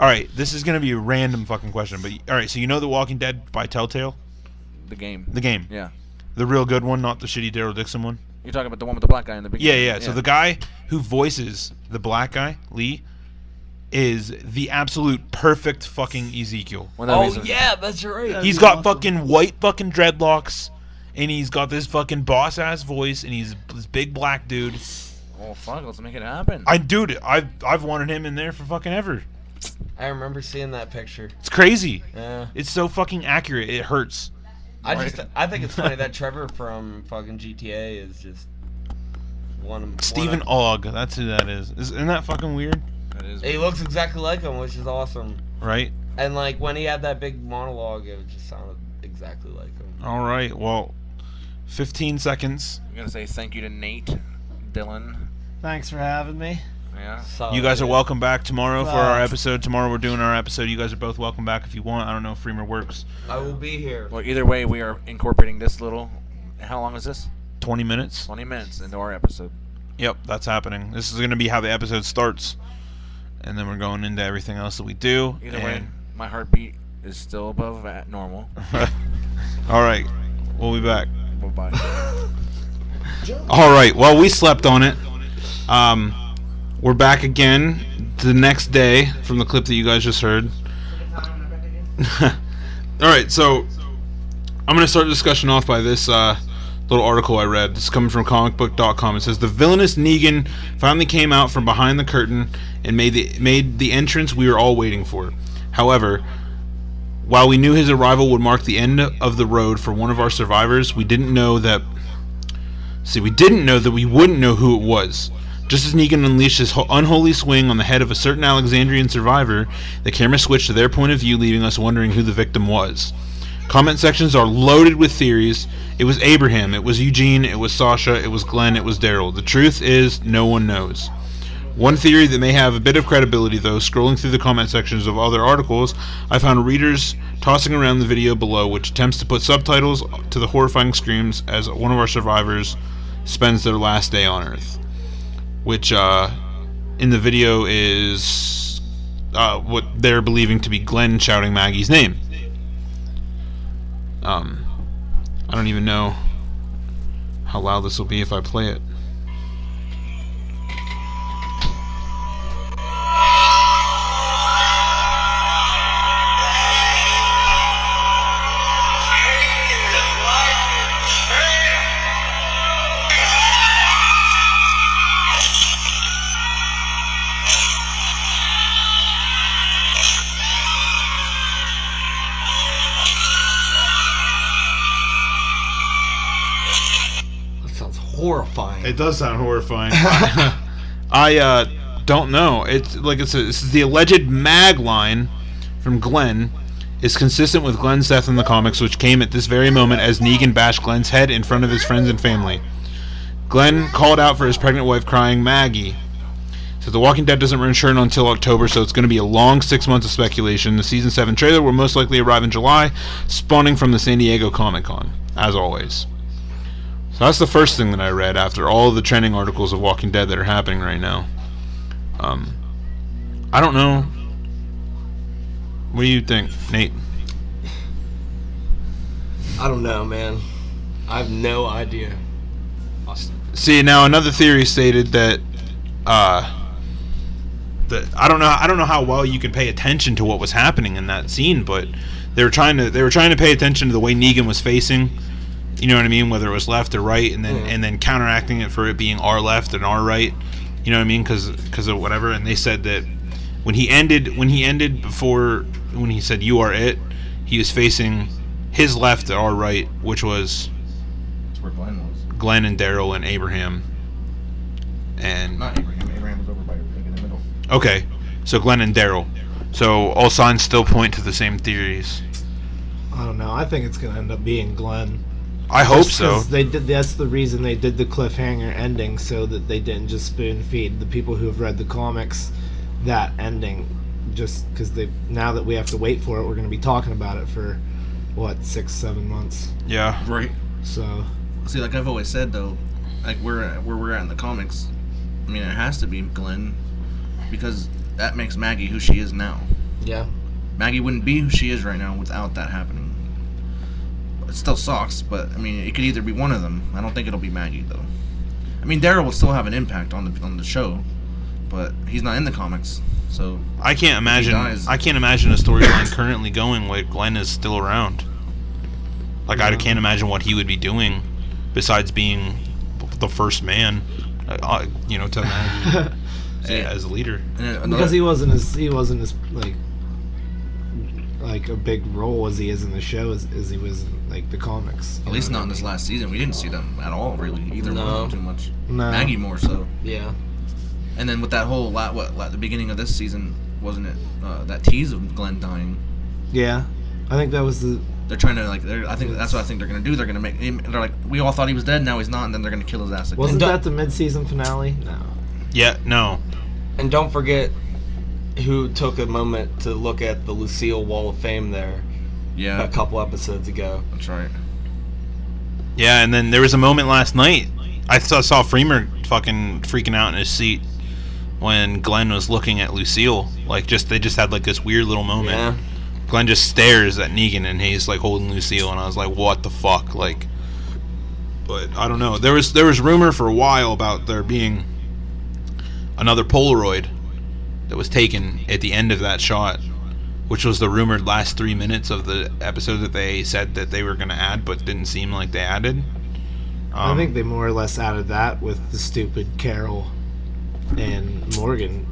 S4: All right, this is gonna be a random fucking question, but all right. So you know The Walking Dead by Telltale,
S5: The game.
S4: the game,
S5: yeah,
S4: the real good one, not the shitty Daryl Dixon one.
S5: you're talking about the one with the black guy in the
S4: Yeah,
S5: beginning.
S4: yeah. So the guy who voices the black guy, Lee, is the absolute perfect fucking Ezekiel.
S5: One of the
S6: Oh
S5: reasons-
S6: yeah, that's right.
S4: He's
S9: be
S4: got
S9: awesome.
S4: fucking white fucking dreadlocks, and he's got this fucking boss ass voice, and he's this big black dude.
S5: Oh fuck, let's make it happen.
S4: I dude, I've I've wanted him in there for fucking ever.
S6: I remember seeing that picture.
S4: It's crazy.
S6: Yeah.
S4: It's so fucking accurate. It hurts.
S6: I just I think it's funny
S4: [laughs]
S6: that Trevor from fucking GTA is just one of
S4: Stephen
S6: One
S4: Ogg, that's who that is. is. Isn't that fucking weird?
S5: That is
S6: of, he looks exactly like him, which is awesome.
S4: Right?
S6: And like when he had that big monologue, it just sounded exactly like him.
S4: All right. Well, 15 seconds.
S5: I'm gonna say thank you to Nate, Dylan.
S9: Thanks for having me.
S5: Oh, Yeah.
S6: So,
S4: You guys are
S6: yeah.
S4: welcome back tomorrow for our
S9: Bye.
S4: episode. Tomorrow we're doing our episode. You guys are both welcome back if you want. I don't know if Freemer works.
S6: I will be here.
S5: Well, either way, we are incorporating this little. How long is this?
S4: 20 minutes.
S5: 20 minutes into our episode.
S4: Yep, that's happening. This is going to be how the episode starts. And then we're going into everything else that we do.
S5: Either way,
S4: and-
S5: my heartbeat is still above at
S4: [laughs]
S5: normal.
S4: All right. We'll be back.
S5: Bye bye.
S4: All right. Well, we slept on it. Um, We're back again the next day from the clip that you guys just heard. [laughs] All right, so I'm going to start the discussion off by this uh, little article I read. This is coming from comicbook.com. It says the villainous Negan finally came out from behind the curtain and made the made the entrance we were all waiting for. However, while we knew his arrival would mark the end of the road for one of our survivors, we didn't know that See, we didn't know that we wouldn't know who it was. Just as Negan unleashed his ho- unholy swing on the head of a certain Alexandrian survivor, the camera switched to their point of view, leaving us wondering who the victim was. Comment sections are loaded with theories. It was Abraham, it was Eugene, it was Sasha, it was Glenn, it was Daryl. The truth is, no one knows. One theory that may have a bit of credibility, though, scrolling through the comment sections of other articles, I found readers tossing around the video below, which attempts to put subtitles to the horrifying screams as one of our survivors spends their last day on Earth. Which, uh, in the video, is uh, what they're believing to be Glenn shouting Maggie's name. Um, I don't even know how loud this will be if I play it.
S10: That sounds horrifying.
S4: It does sound horrifying. I uh, don't know. It's like it's a, this is the alleged mag line from Glenn is consistent with Glenn's death in the comics, which came at this very moment as Negan bashed Glenn's head in front of his friends and family. Glenn called out for his pregnant wife, crying Maggie. So The Walking Dead doesn't return until October, so it's going to be a long six months of speculation. The season seven trailer will most likely arrive in July, spawning from the San Diego Comic Con, as always. So that's the first thing that I read after all the trending articles of Walking Dead that are happening right now. Um, I don't know. What do you think, Nate?
S10: I don't know, man. I have no idea.
S4: See, now another theory stated that, uh, that I don't know. I don't know how well you could pay attention to what was happening in that scene, but they were trying to they were trying to pay attention to the way Negan was facing. You know what I mean? Whether it was left or right, and then and then counteracting it for it being our left and our right. You know what I mean? Because of whatever. And they said that when he ended when he ended before when he said you are it, he was facing his left or our right, which was
S5: That's where Glenn was.
S4: Glenn and Daryl and Abraham. And
S5: Not Abraham. Abraham was over by your thing in the middle.
S4: okay, so Glenn and Daryl. So all signs still point to the same theories.
S9: I don't know. I think it's gonna end up being Glenn.
S4: I hope
S9: Just
S4: so.
S9: 'cause They did. That's the reason they did the cliffhanger ending, so that they didn't just spoon feed the people who have read the comics that ending. Just because they now that we have to wait for it, we're going to be talking about it for what six, seven months.
S4: Yeah.
S5: Right.
S9: So
S5: See, like I've always said though, like where where we're at in the comics, I mean it has to be Glenn, because that makes Maggie who she is now.
S9: yeah, [laughs]
S5: Maggie wouldn't be who she is right now without that happening. It still sucks, but I mean it could either be one of them. I don't think it'll be Maggie though. I mean Daryl will still have an impact on the on the show, but he's not in the comics, so
S4: I can't imagine.
S5: dies.
S4: I can't imagine a storyline currently going where Glenn is still around. Like I can't imagine what he would be doing, besides being the first man, uh, uh, you know, to Maggie
S5: See,
S4: as a leader.
S5: and then another-
S9: because he wasn't as he wasn't as like like a big role as he is in the show as, as he was in like the comics.
S5: at least not in this last season. We didn't see them at all really either one of them too
S10: No.
S5: much.
S9: No.
S5: Maggie more so.
S10: Yeah.
S5: And then with that whole la what la the beginning of this season wasn't it uh, that tease of Glenn dying?
S9: Yeah, I think that was the
S5: They're trying to like they're I think that's what I think they're gonna do. They're gonna make him, they're like we all thought he was dead, now he's not, and then they're gonna kill his ass again.
S9: wasn't
S10: And
S9: that the mid-season finale? No.
S4: Yeah. No.
S10: And don't forget who took a moment to look at the Lucille Wall of Fame there a
S5: yeah,
S10: couple episodes ago.
S5: that's right.
S4: Yeah, and then there was a moment last night. I saw, saw Freemer fucking freaking out in his seat when Glenn was looking at Lucille. Like, just they just had like this weird little moment.
S10: Yeah.
S4: Glenn just stares at Negan and he's like holding Lucille, and I was like, what the fuck, like. But I don't know. There was there was rumor for a while about there being another Polaroid that was taken at the end of that shot, which was the rumored last three minutes of the episode that they said that they were going to add, but didn't seem like they added. Um,
S9: I think they more or less added that with the stupid Carol and Morgan.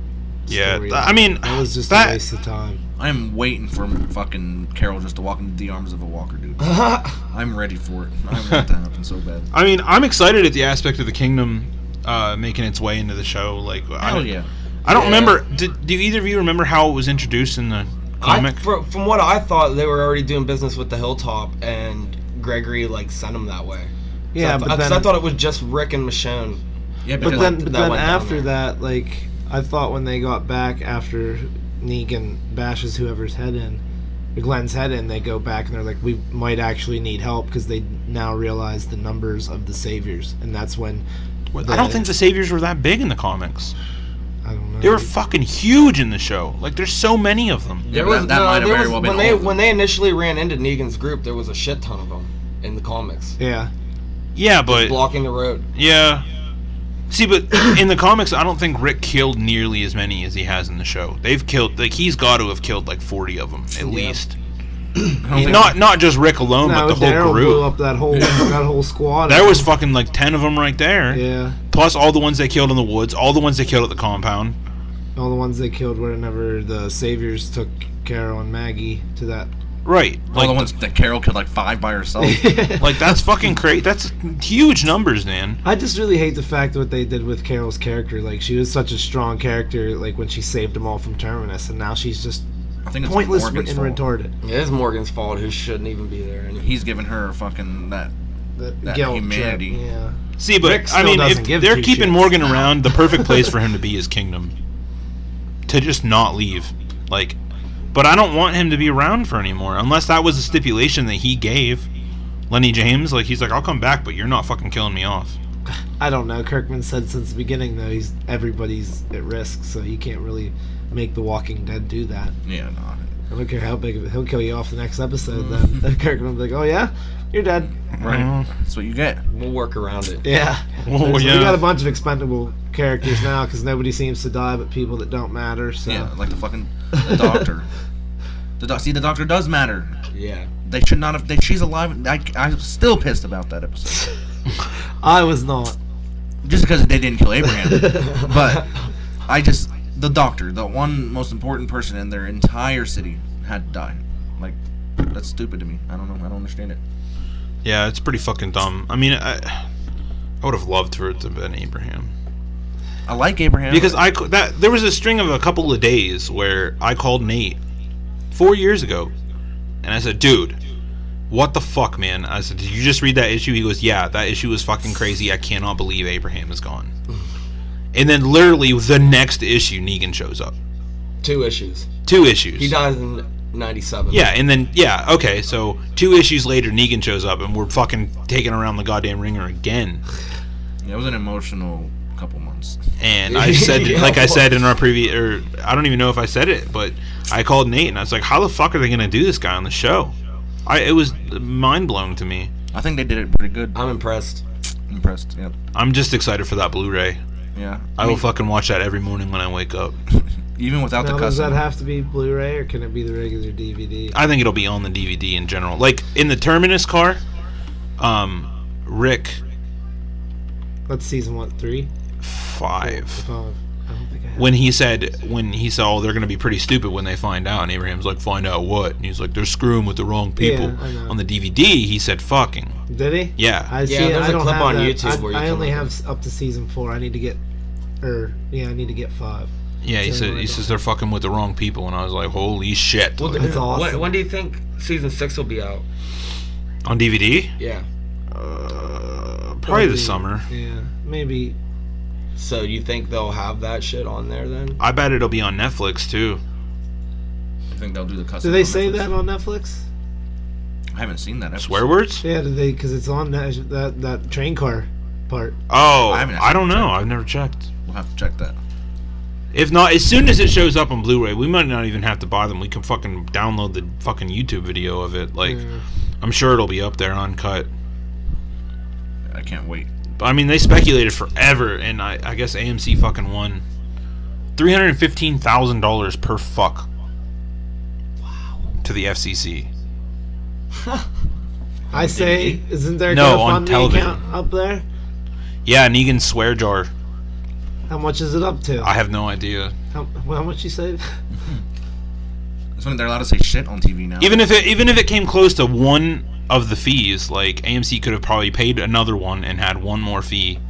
S4: Yeah,
S9: story.
S4: th- I mean,
S9: that was just
S4: that-
S9: a waste of time.
S5: I'm waiting for fucking Carol just to walk into the arms of a walker,
S9: [laughs]
S5: dude. I'm ready for it. I want that to happen so bad.
S4: I mean, I'm excited at the aspect of the kingdom uh, making its way into the show. Like, I
S5: Hell
S4: don't,
S5: yeah.
S4: I don't remember. Did, do either of you remember how it was introduced in the
S10: I,
S4: comic?
S10: fro- from what I thought, they were already doing business with the Hilltop, and Gregory like sent him that way. 'Cause I
S9: Yeah,
S10: th-
S9: but
S10: because
S9: then,
S10: I thought it was just Rick and Michonne.
S5: Yeah,
S9: but
S5: because
S9: then,
S10: that
S9: but then
S10: went down
S9: after
S10: there.
S9: that, like I thought when they got back after Negan bashes whoever's head in, Glenn's head in, they go back and they're like, we might actually need help because they now realize the numbers of the saviors, and that's when
S4: I don't think the saviors were that big in the comics.
S9: I don't know.
S4: They were fucking huge in the show. Like, there's so many of them.
S5: Yeah, but that, that
S10: no,
S5: might have
S10: there
S5: very
S10: was-
S5: well been
S10: when they
S5: all of them.
S10: when they initially ran into Negan's group, there was a shit ton of them in the comics,
S9: yeah,
S4: Yeah, but
S10: blocking the road.
S4: yeah. See, but [coughs] in the comics, I don't think Rick killed nearly as many as he has in the show. They've killed like he's got to have killed like 40 of them at
S9: [coughs]
S4: least. not not just Rick alone,
S9: no,
S4: but the
S9: Daryl
S4: whole
S9: blew
S4: group.
S9: up that whole that whole squad.
S4: There was fucking like 10 of them right there.
S9: yeah,
S4: Plus all the ones they killed in the woods, all the ones they killed at the compound.
S9: all the ones they killed whenever the saviors took Carol and Maggie to that. [laughs]
S4: Right.
S5: all
S4: Like
S5: the ones that Carol killed like five by herself.
S4: like that's fucking crazy. That's huge numbers, man.
S9: I just really hate the fact what they did with Carol's character. Like she was such a strong character, like when she saved them all from Terminus, and now she's just
S5: I think it's
S9: pointless
S5: Morgan's
S9: and
S5: fault.
S9: retarded.
S10: It is Morgan's fault, who shouldn't even be there. And
S5: He's giving her fucking that.
S9: The
S5: That
S9: guilt
S5: humanity.
S9: trip, yeah.
S4: See, but
S9: Rick
S4: I
S9: still
S4: mean, if
S9: doesn't give
S4: they're
S9: two
S4: keeping
S9: shits.
S4: Morgan around, the perfect place
S9: [laughs]
S4: for him to be is Kingdom. To just not leave, like, but I don't want him to be around for anymore. Unless that was a stipulation that he gave Lenny James. Like he's like, I'll come back, but you're not fucking killing me off.
S9: I don't know. Kirkman said since the beginning though he's everybody's at risk, so you can't really make The Walking Dead do that.
S5: Yeah, no.
S9: I don't care how big of it, he'll kill you off the next episode. Then
S5: Mm.
S9: [laughs] Kirkman will be like, "Oh yeah, you're dead."
S5: Right.
S4: Mm-hmm.
S5: That's what you get.
S10: we'll work around it.
S9: Yeah.
S4: Well,
S9: So
S4: Oh, yeah.
S9: We got a bunch of expendable characters now because nobody seems to die but people that don't matter. So
S5: Yeah, like the fucking the doctor. The doc- see, the doctor does matter.
S10: Yeah.
S5: They should not have. They, she's alive. I, I'm still pissed about that episode.
S9: I was not.
S5: Just because they didn't kill
S9: [laughs]
S5: Abraham. but I just. The doctor, the one most important person in their entire city, had to die. Like, that's stupid to me. I don't know. I don't understand it.
S4: Yeah, it's pretty fucking dumb. I mean, I, I would have loved for it to have been Abraham.
S5: I like Abraham.
S4: because I cou- that there was a string of a couple of days where I called Nate four years ago, and I said, "Dude, what the fuck, man?" I said, "Did you just read that issue?" He goes, "Yeah, that issue was fucking crazy. I cannot believe Abraham is gone." And then literally the next issue, Negan shows up.
S10: Two issues.
S4: Two issues.
S10: He dies in '97.
S4: Yeah, and then yeah, okay. So two issues later, Negan shows up, and we're fucking taking around the goddamn ringer again.
S5: Yeah, it was an emotional couple months.
S4: And
S9: [laughs]
S4: I said,
S10: Yeah.
S4: like I said in our previous, or I don't even know if I said it, but I called Nate and I was like, "How the fuck are they gonna do this guy on the show?" I it was mind blowing to me.
S5: I think they did it pretty good.
S10: I'm impressed.
S5: impressed. Yeah.
S4: I'm just excited for that Blu-ray.
S5: Yeah.
S4: I
S9: Mm.
S4: will fucking watch that every morning when I wake up.
S5: Even without
S9: Now,
S5: the
S9: does
S5: cussing.
S9: that have to be Blu-ray or can it be the regular DVD?
S4: I think it'll be on the DVD in general. Like in the Terminus car, um, Rick
S9: That's season one, three,
S4: five.
S9: five. I don't think I have.
S4: when he said when he said oh they're gonna be pretty stupid when they find out and abraham's like find out what and he's like they're screwing with the wrong people
S9: Yeah, I know.
S4: on the dvd he said fucking
S9: Did he?
S4: yeah
S9: I see.
S10: Yeah,
S9: it.
S10: there's
S9: I
S10: a
S9: don't
S10: clip
S9: have
S10: on
S9: that.
S10: YouTube
S9: I,
S10: where you
S9: I
S10: can
S9: only
S10: look
S9: have
S10: it.
S9: s- up to season four. I need to get, or yeah, I need to get five.
S4: yeah he
S9: Tell me
S4: said
S9: what
S4: he
S9: I
S4: says they're fucking with the wrong people and i was like holy shit
S10: Well,
S9: That's
S10: when-
S9: awesome.
S10: When do you think season six will be out?
S4: on dvd
S10: Yeah.
S4: uh, probably
S9: Probably.
S4: the summer
S9: Yeah, maybe.
S10: So you think they'll have that shit on there then?
S4: i bet it'll be on netflix too
S5: I think they'll do the cussing.
S9: Do they
S5: on
S9: say
S5: Netflix.
S9: that on Netflix?
S5: I haven't seen that. Episode.
S4: swear words
S9: Yeah, do they? Because it's on that, that that train car part.
S4: oh
S5: I haven't
S4: i don't know
S5: actually
S4: i've never checked
S5: We'll have to check that.
S4: if not as soon as it shows up on blu-ray we might not even have to buy them we can fucking download the fucking youtube video of it like i'm sure it'll be up there uncut
S5: I can't wait.
S4: I mean, they speculated forever, and I, I guess AMC fucking won. three hundred fifteen thousand dollars per fuck. Wow. To the FCC.
S9: I say, isn't there a
S4: No, on
S9: GoFundMe
S4: television.
S9: account up there?
S4: Yeah, Negan's swear jar.
S9: How much is it up to?
S4: I have no idea.
S9: how, how much you say?
S5: That's when they're allowed to say shit on TV now.
S4: Even if it even if it came close to one of the fees, like AMC could have probably paid another one and had one more fee,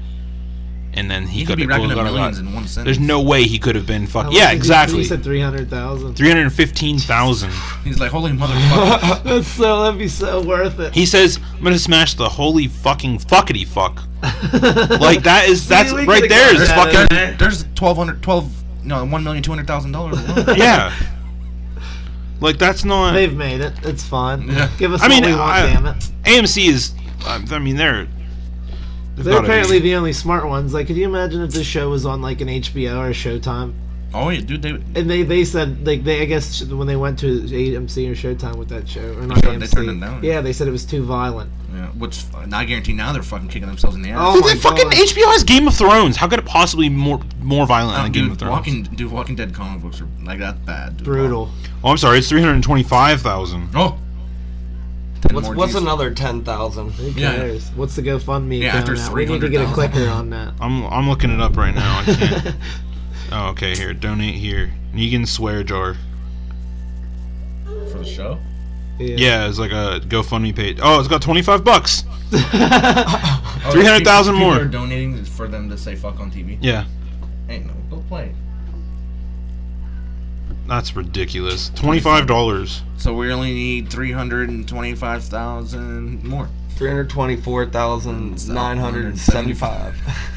S4: and then he,
S5: he could
S4: could
S5: be
S4: have
S5: racking
S4: could have
S5: up
S4: got-
S5: millions in one sentence.
S4: There's no way he could have been
S9: How
S5: Uh,
S4: fuck.
S9: much
S4: Yeah,
S9: did you-
S4: exactly.
S9: You said three hundred thousand.
S4: Three hundred fifteen thousand.
S5: He's like, holy motherfucker.
S9: [laughs] That's so. That'd be so worth it.
S4: He says, "I'm gonna smash the holy fucking fuckity fuck." like that is that's
S9: we
S4: right
S9: could've
S4: there
S9: gotten
S4: is
S9: that
S4: fucking
S5: There- there's 1,200, 12, no, one million two hundred thousand dollars.
S4: yeah. Like that's not
S9: They've made it. It's fine.
S5: Yeah.
S9: Give us
S4: I mean,
S9: what we want,
S4: I-
S9: damn it.
S4: AMC is. I I mean, they're they've
S9: They're
S4: gotta be-
S9: apparently the only smart ones. Like, could you imagine if this show was on like an HBO or Showtime?
S5: Oh yeah, dude, they
S9: And they they said like they I guess when they went to AMC or Showtime with that show or not
S5: turned- they
S9: AMC,
S5: turned it down.
S9: Yeah, they said it was too violent.
S5: yeah, which I guarantee now they're fucking kicking themselves in the ass.
S9: Oh
S4: Dude,
S9: my
S4: they fucking
S9: God.
S4: HBO has Game of Thrones. How could it possibly be more more violent
S5: Uh,
S4: than Game of
S5: dude,
S4: Thrones?
S5: Walking, dude, Walking Dead comic books are like that bad. Dude.
S9: Brutal.
S4: oh, I'm sorry. It's three hundred twenty-five thousand.
S5: Oh. Ten
S6: What's
S5: more
S6: what's
S5: Gs.
S6: another ten thousand?
S9: Who
S5: Yeah.
S9: cares? What's the GoFundMe
S5: Yeah,
S9: account
S5: after
S9: at? We need to get a
S5: 300,000.
S9: clicker on that.
S4: I'm I'm looking it up right now. I
S9: [laughs]
S4: can't. oh, okay. Here, donate here. Negan swear jar.
S5: for the show? Oh,
S4: Yeah, it's like a GoFundMe page. Oh, it's got twenty-five bucks.
S5: Oh,
S4: 300,000
S5: people-
S4: more.
S5: People are donating for them to say fuck on TV.
S4: Yeah,
S5: Ain't no, go play.
S4: that's ridiculous. Twenty-five dollars.
S5: So we only need three hundred and twenty-five thousand more.
S6: Three hundred twenty-four thousand nine hundred seventy-five.
S9: [laughs]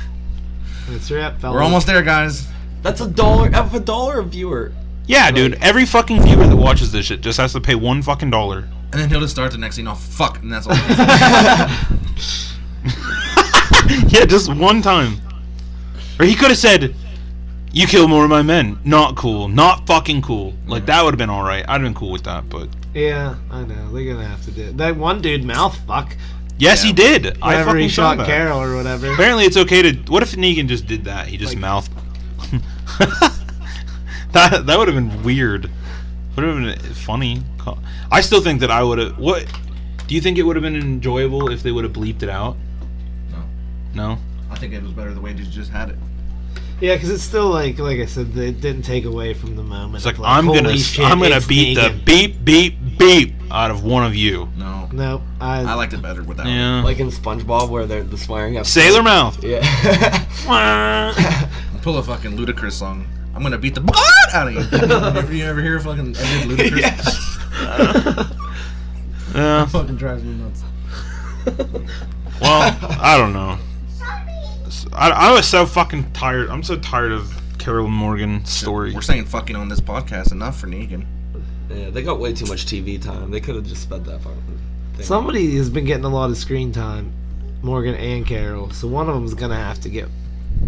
S9: That's a wrap, fellas.
S5: We're almost there, guys.
S6: [laughs] That's a dollar of a dollar a viewer.
S4: Yeah, dude. Every fucking viewer that watches this shit just has to pay one fucking dollar.
S5: And then he'll just start the next scene off. Fuck, and [laughs] that's all.
S4: Yeah, just one time. Or he could have said, "You kill more of my men." Not cool. Not fucking cool. Like that would have been all right. I'd have been cool with that. But
S9: Yeah, I know. They're gonna have to do it. That one dude mouth fuck.
S4: yes, he did. I
S9: Whatever
S4: fucking
S9: he
S4: saw
S9: shot
S4: that.
S9: Carol or whatever.
S4: Apparently, it's okay to. What if Negan just did that? He just mouth. [laughs] that that would have been weird. Would have been funny. I still think that I would have. What do you think it would have been enjoyable if they would have bleeped it out?
S5: No.
S4: No.
S5: I think it was better the way they just had it.
S9: Yeah, because it's still like, like I said, it didn't take away from the moment.
S4: It's like,
S9: of,
S4: I'm gonna
S9: holy shit,
S4: I'm gonna
S9: it's
S4: beat the
S9: Negan.
S4: beep beep beep out of one of you.
S5: No,
S9: No, I,
S5: I liked it better without.
S4: Yeah.
S6: Like in SpongeBob where they're the swearing at
S4: Sailor mouth.
S6: Yeah.
S4: [laughs]
S5: Pull a fucking ludicrous song. I'm gonna beat the [laughs] butt out of you. you, ever, you ever hear fucking Edward Ludacris?
S9: [laughs]
S6: [laughs]
S4: Yeah.
S5: Fucking drives me nuts.
S4: [laughs] Well, I don't know. S- I, I was so fucking tired. I'm so tired of Carolyn Morgan story.
S5: We're saying fucking on this podcast enough for Negan.
S6: yeah, they got way too much TV time. They could have just sped that fucking thing.
S9: somebody has been getting a lot of screen time, Morgan and Carol. So one of them's gonna have to get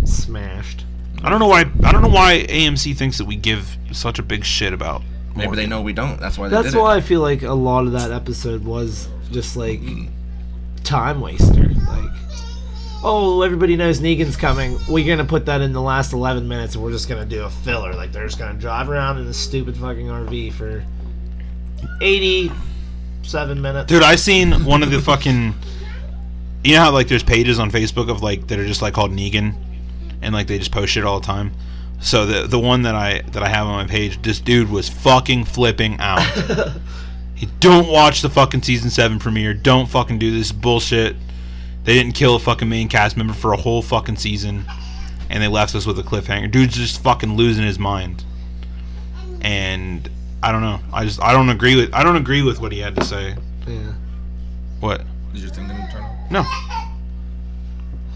S9: smashed.
S4: I don't know why. I don't know why AMC thinks that we give such a big shit about.
S5: Maybe
S4: Morgan.
S5: they know we don't. That's why they
S9: That's
S5: did
S9: why
S5: it.
S9: I feel like a lot of that episode was just like time waster. Like, oh, everybody knows Negan's coming. We're gonna put that in the last eleven minutes, and we're just gonna do a filler. Like they're just gonna drive around in this stupid fucking RV for eighty-seven minutes.
S4: Dude, I seen one of the fucking. You know how like there's pages on Facebook of like that are just like called Negan, and like they just post shit all the time. So the the one that I that I have on my page, this dude was fucking flipping out. he don't watch the fucking season seven premiere. Don't fucking do this bullshit. They didn't kill a fucking main cast member for a whole fucking season, and they left us with a cliffhanger. Dude's just fucking losing his mind. And I don't know. I just I don't agree with I don't agree with what he had to say.
S9: Yeah.
S4: What?
S5: Did your thing didn't turn on?
S4: No.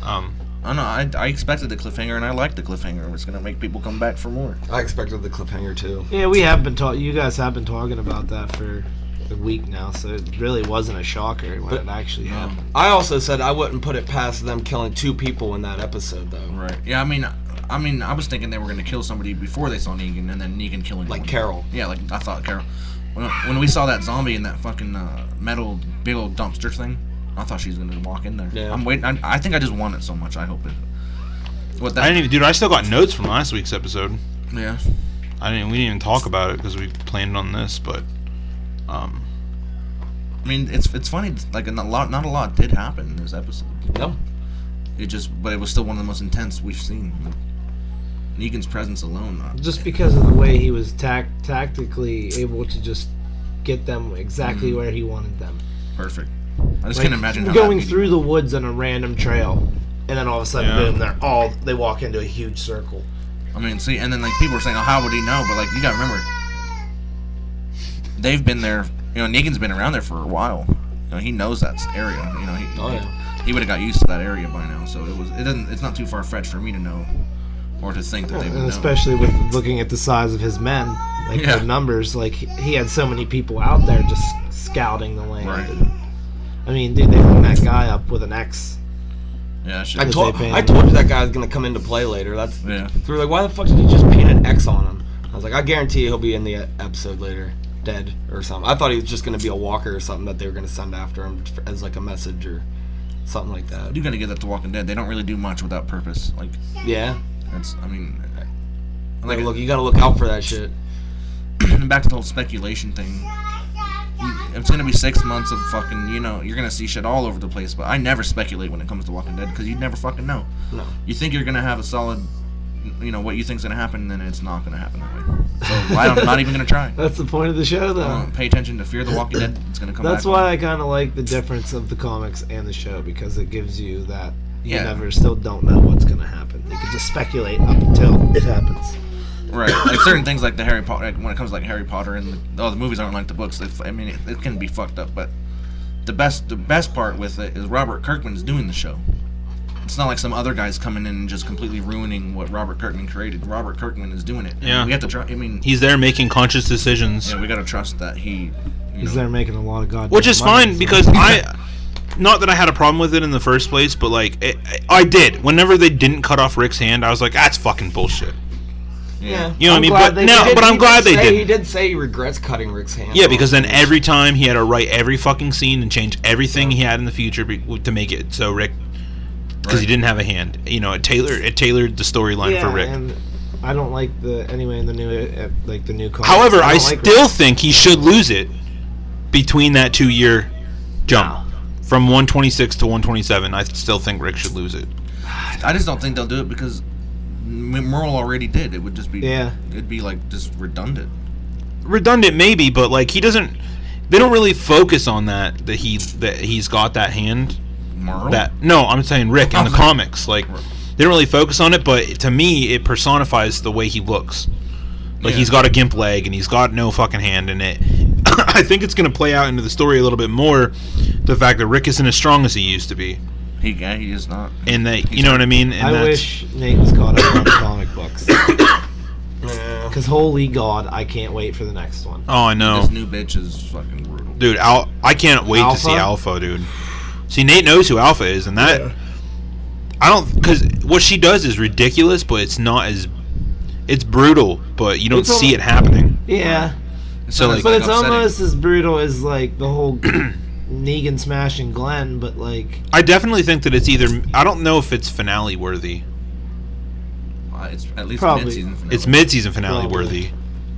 S4: Um.
S5: I know. I, I expected the cliffhanger, and I liked the cliffhanger. It's gonna make people come back for more.
S6: I expected the cliffhanger too.
S9: Yeah, we have been talking. You guys have been talking about that for a week now, so it really wasn't a shocker when it actually happened.
S6: I also said I wouldn't put it past them killing two people in that episode though.
S5: Right. Yeah. I mean, I mean, I was thinking they were gonna kill somebody before they saw Negan, and then Negan killing
S6: Like
S5: one.
S6: Carol.
S5: Yeah. Like I thought Carol. When, when we saw that zombie in that fucking uh, metal big old dumpster thing, I thought she was gonna walk in there.
S6: Yeah.
S5: I'm waiting. I, I think I just want it so much. I hope it. What that?
S4: I didn't even, dude. I still got notes from last week's episode.
S5: Yeah.
S4: I didn't. We didn't even talk about it because we planned on this, but um,
S5: I mean, it's it's funny. it's Like a lot, not a lot did happen in this episode.
S10: No.
S5: It just, but it was still one of the most intense we've seen. Negan's presence alone. uh,
S9: just because of the way he was tac- tactically able to just get them exactly where he wanted them.
S5: Perfect. I just can't
S9: Like,
S5: Mm-hmm. imagine how
S9: going
S5: that meeting-
S9: through the woods on a random trail, and then all of a sudden,
S4: Yeah.
S9: boom! They're all they walk into a huge circle.
S5: I mean, see, and then like people were saying, "Oh, how would he know?" But like, you gotta remember, they've been there. You know, Negan's been around there for a while. You know, he knows that area. You know, he
S10: Oh, yeah.
S5: he would have got used to that area by now. So it was it doesn't it's not too far fetched for me to know or to think that they would
S9: And
S5: know.
S9: especially with looking at the size of his men, like
S5: Yeah.
S9: the numbers, like he he had so many people out there just scouting the land.
S5: Right.
S9: And, I mean, dude, they hung that guy up with an axe.
S5: yeah, shit.
S10: I
S9: Because
S10: told
S9: they painted
S10: I told you that guy was gonna come into play later. That's
S5: yeah.
S10: they were like, why the fuck did you just paint an X on him? I was like, I guarantee he'll be in the e- episode later, dead or something. I thought he was just gonna be a walker or something that they were gonna send after him f- as like a message or something like
S5: I
S10: that.
S5: do gotta give that to Walking Dead. They don't really do much without purpose. Like
S10: Yeah.
S5: that's I mean,
S10: I'm
S5: like
S10: like, look, you gotta look out for that shit.
S5: [clears throat] back to the whole speculation thing. It's gonna be six months of fucking, you know, you're gonna see shit all over the place. But I never speculate when it comes to Walking Dead because you never fucking know.
S10: No.
S5: You think you're gonna have a solid, you know, what you think's gonna happen, then it's not gonna happen that way. So why I'm not even gonna
S9: [laughs]
S5: try.
S9: That's the point of the show, though.
S5: Uh, pay attention to Fear the Walking Dead. It's gonna come.
S9: That's
S5: back.
S9: why I kind of like the difference of the comics and the show because it gives you that you
S5: Yeah.
S9: never still don't know what's going to happen. You can just speculate up until it happens.
S5: Right, like certain things like the Harry Potter. Like when it comes to like Harry Potter and the, oh, the movies aren't like the books. If, I mean, it, it can be fucked up. But the best, the best part with it is Robert Kirkman's doing the show. It's not like some other guys coming in and just completely ruining what Robert Kirkman created. Robert Kirkman is doing it.
S4: Yeah.
S5: we have to trust. I mean,
S4: he's there making conscious decisions,
S5: yeah, we gotta trust that he. You
S9: Because
S5: know,
S9: they're making a lot of goddamn.
S4: which is
S9: money,
S4: fine
S9: so-
S4: because I, not that I had a problem with it in the first place, but like it, I I did. Whenever they didn't cut off Rick's hand, I was like, that's fucking bullshit.
S10: Yeah.
S4: You know what I mean?
S10: glad
S4: But
S10: they-
S4: no,
S10: he did-
S4: but
S10: he
S4: I'm
S10: did
S4: glad they
S10: say-
S4: didn't.
S10: He did say he regrets cutting Rick's hand.
S4: Yeah, because then
S10: off.
S4: every time he had to write every fucking scene and change everything he had in the future be, to make it so Rick, because he
S5: Right.
S4: didn't have a hand. You know, it tailored it tailored the storyline
S9: yeah,
S4: for Rick.
S9: and I don't like the anyway in the new uh, like the new comics.
S4: However, I,
S9: don't like
S4: still
S9: Rick.
S4: think he should lose it between that two year jump from 126 to 127. I still think Rick should lose it.
S5: I just don't think they'll do it because M- Merle already did. It would just be.
S9: Yeah.
S5: It'd be like just redundant.
S4: Redundant, maybe, but like he doesn't. They don't really focus on that that he that he's got that hand.
S5: Merle.
S4: That no, I'm saying Rick in the
S5: Oh,
S9: [laughs]
S5: no.
S4: comics. Like they don't really focus on it, but to me, it personifies the way he looks. Like
S5: Yeah.
S4: he's got a gimp leg and he's got no fucking hand in it. [coughs] I think it's going to play out into the story a little bit more. The fact that Rick isn't as strong as he used to be,
S5: He yeah, he is not.
S4: and that you know what I mean. And
S9: I
S4: that's,
S9: wish Nate was caught up on the comic books
S10: Yeah.
S9: because holy god, I can't wait for the next one.
S4: Oh, I know,
S5: This new bitch is fucking brutal.
S4: dude. Al- I can't wait to see
S9: Alpha?
S4: Alpha, dude. See, Nate knows who Alpha is, and that I don't because what she does is ridiculous, but it's not as it's brutal, but you don't
S9: It's
S4: see
S9: almo-
S4: it happening.
S9: Yeah,
S4: So like,
S9: but it's
S5: upsetting.
S9: almost as brutal as like the whole [clears throat] Negan smashing Glenn, but like
S4: I definitely think that it's either. I don't know if it's finale worthy.
S5: Uh, it's at least
S9: Probably.
S5: mid-season finale.
S4: It's mid-season finale
S9: Probably.
S4: worthy.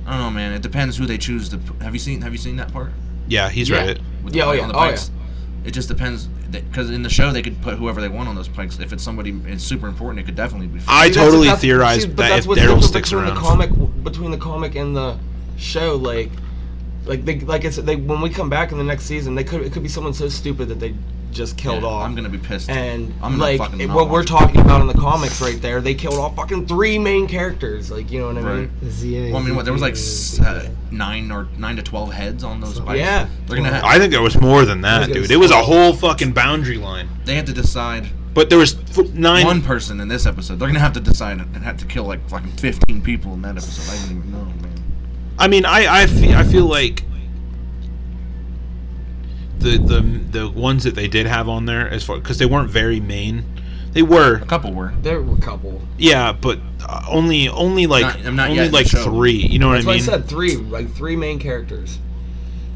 S5: I don't know, man. It depends who they choose to. p- Have you seen? Have you seen that part?
S4: Yeah, he's
S10: Yeah.
S4: right. It.
S5: With
S10: Yeah, oh
S5: on
S10: yeah, oh
S5: pikes? It just depends, because in the show they could put whoever they want on those pikes. If it's somebody it's super important, it could definitely be.
S4: I
S10: See, that's-
S4: totally
S10: that's-
S4: theorized
S10: see, but
S4: that
S10: that's
S4: if
S10: what's
S4: Daryl
S10: different
S4: sticks
S10: between
S4: around,
S10: the comic between the comic and the show, like, like they like it's they when we come back in the next season, they could it could be someone so stupid that they just killed
S5: Yeah,
S10: off.
S5: I'm gonna be pissed.
S10: and
S5: I'm gonna
S10: like
S5: fucking
S10: it-
S5: not
S10: what we're
S5: watch it.
S10: talking about in the comics right there, they killed off fucking three main characters. Like you know what I mean?
S5: Right.
S9: is he?
S5: Well, I mean, what there was like s- uh, nine or nine to twelve heads on those pikes.
S10: Yeah.
S5: they're gonna. Have,
S4: I think there was more than
S9: was
S4: that,
S9: gonna
S4: dude. It was a whole fucking boundary line.
S5: they have to decide
S4: But there was f- nine.
S5: one person in this episode. They're gonna have to decide and have to kill like fucking fifteen people in that episode. I didn't even know, man.
S4: I mean, I I feel, I feel like the the the ones that they did have on there as far because they weren't very main. They were,
S5: A couple were.
S10: There were a couple.
S4: yeah, but uh, only only like
S5: Not- I'm not yet
S4: only
S5: in the
S4: like
S5: show.
S4: three. You know what
S10: That's
S4: I
S10: why I
S4: mean?
S10: said three, like three main characters.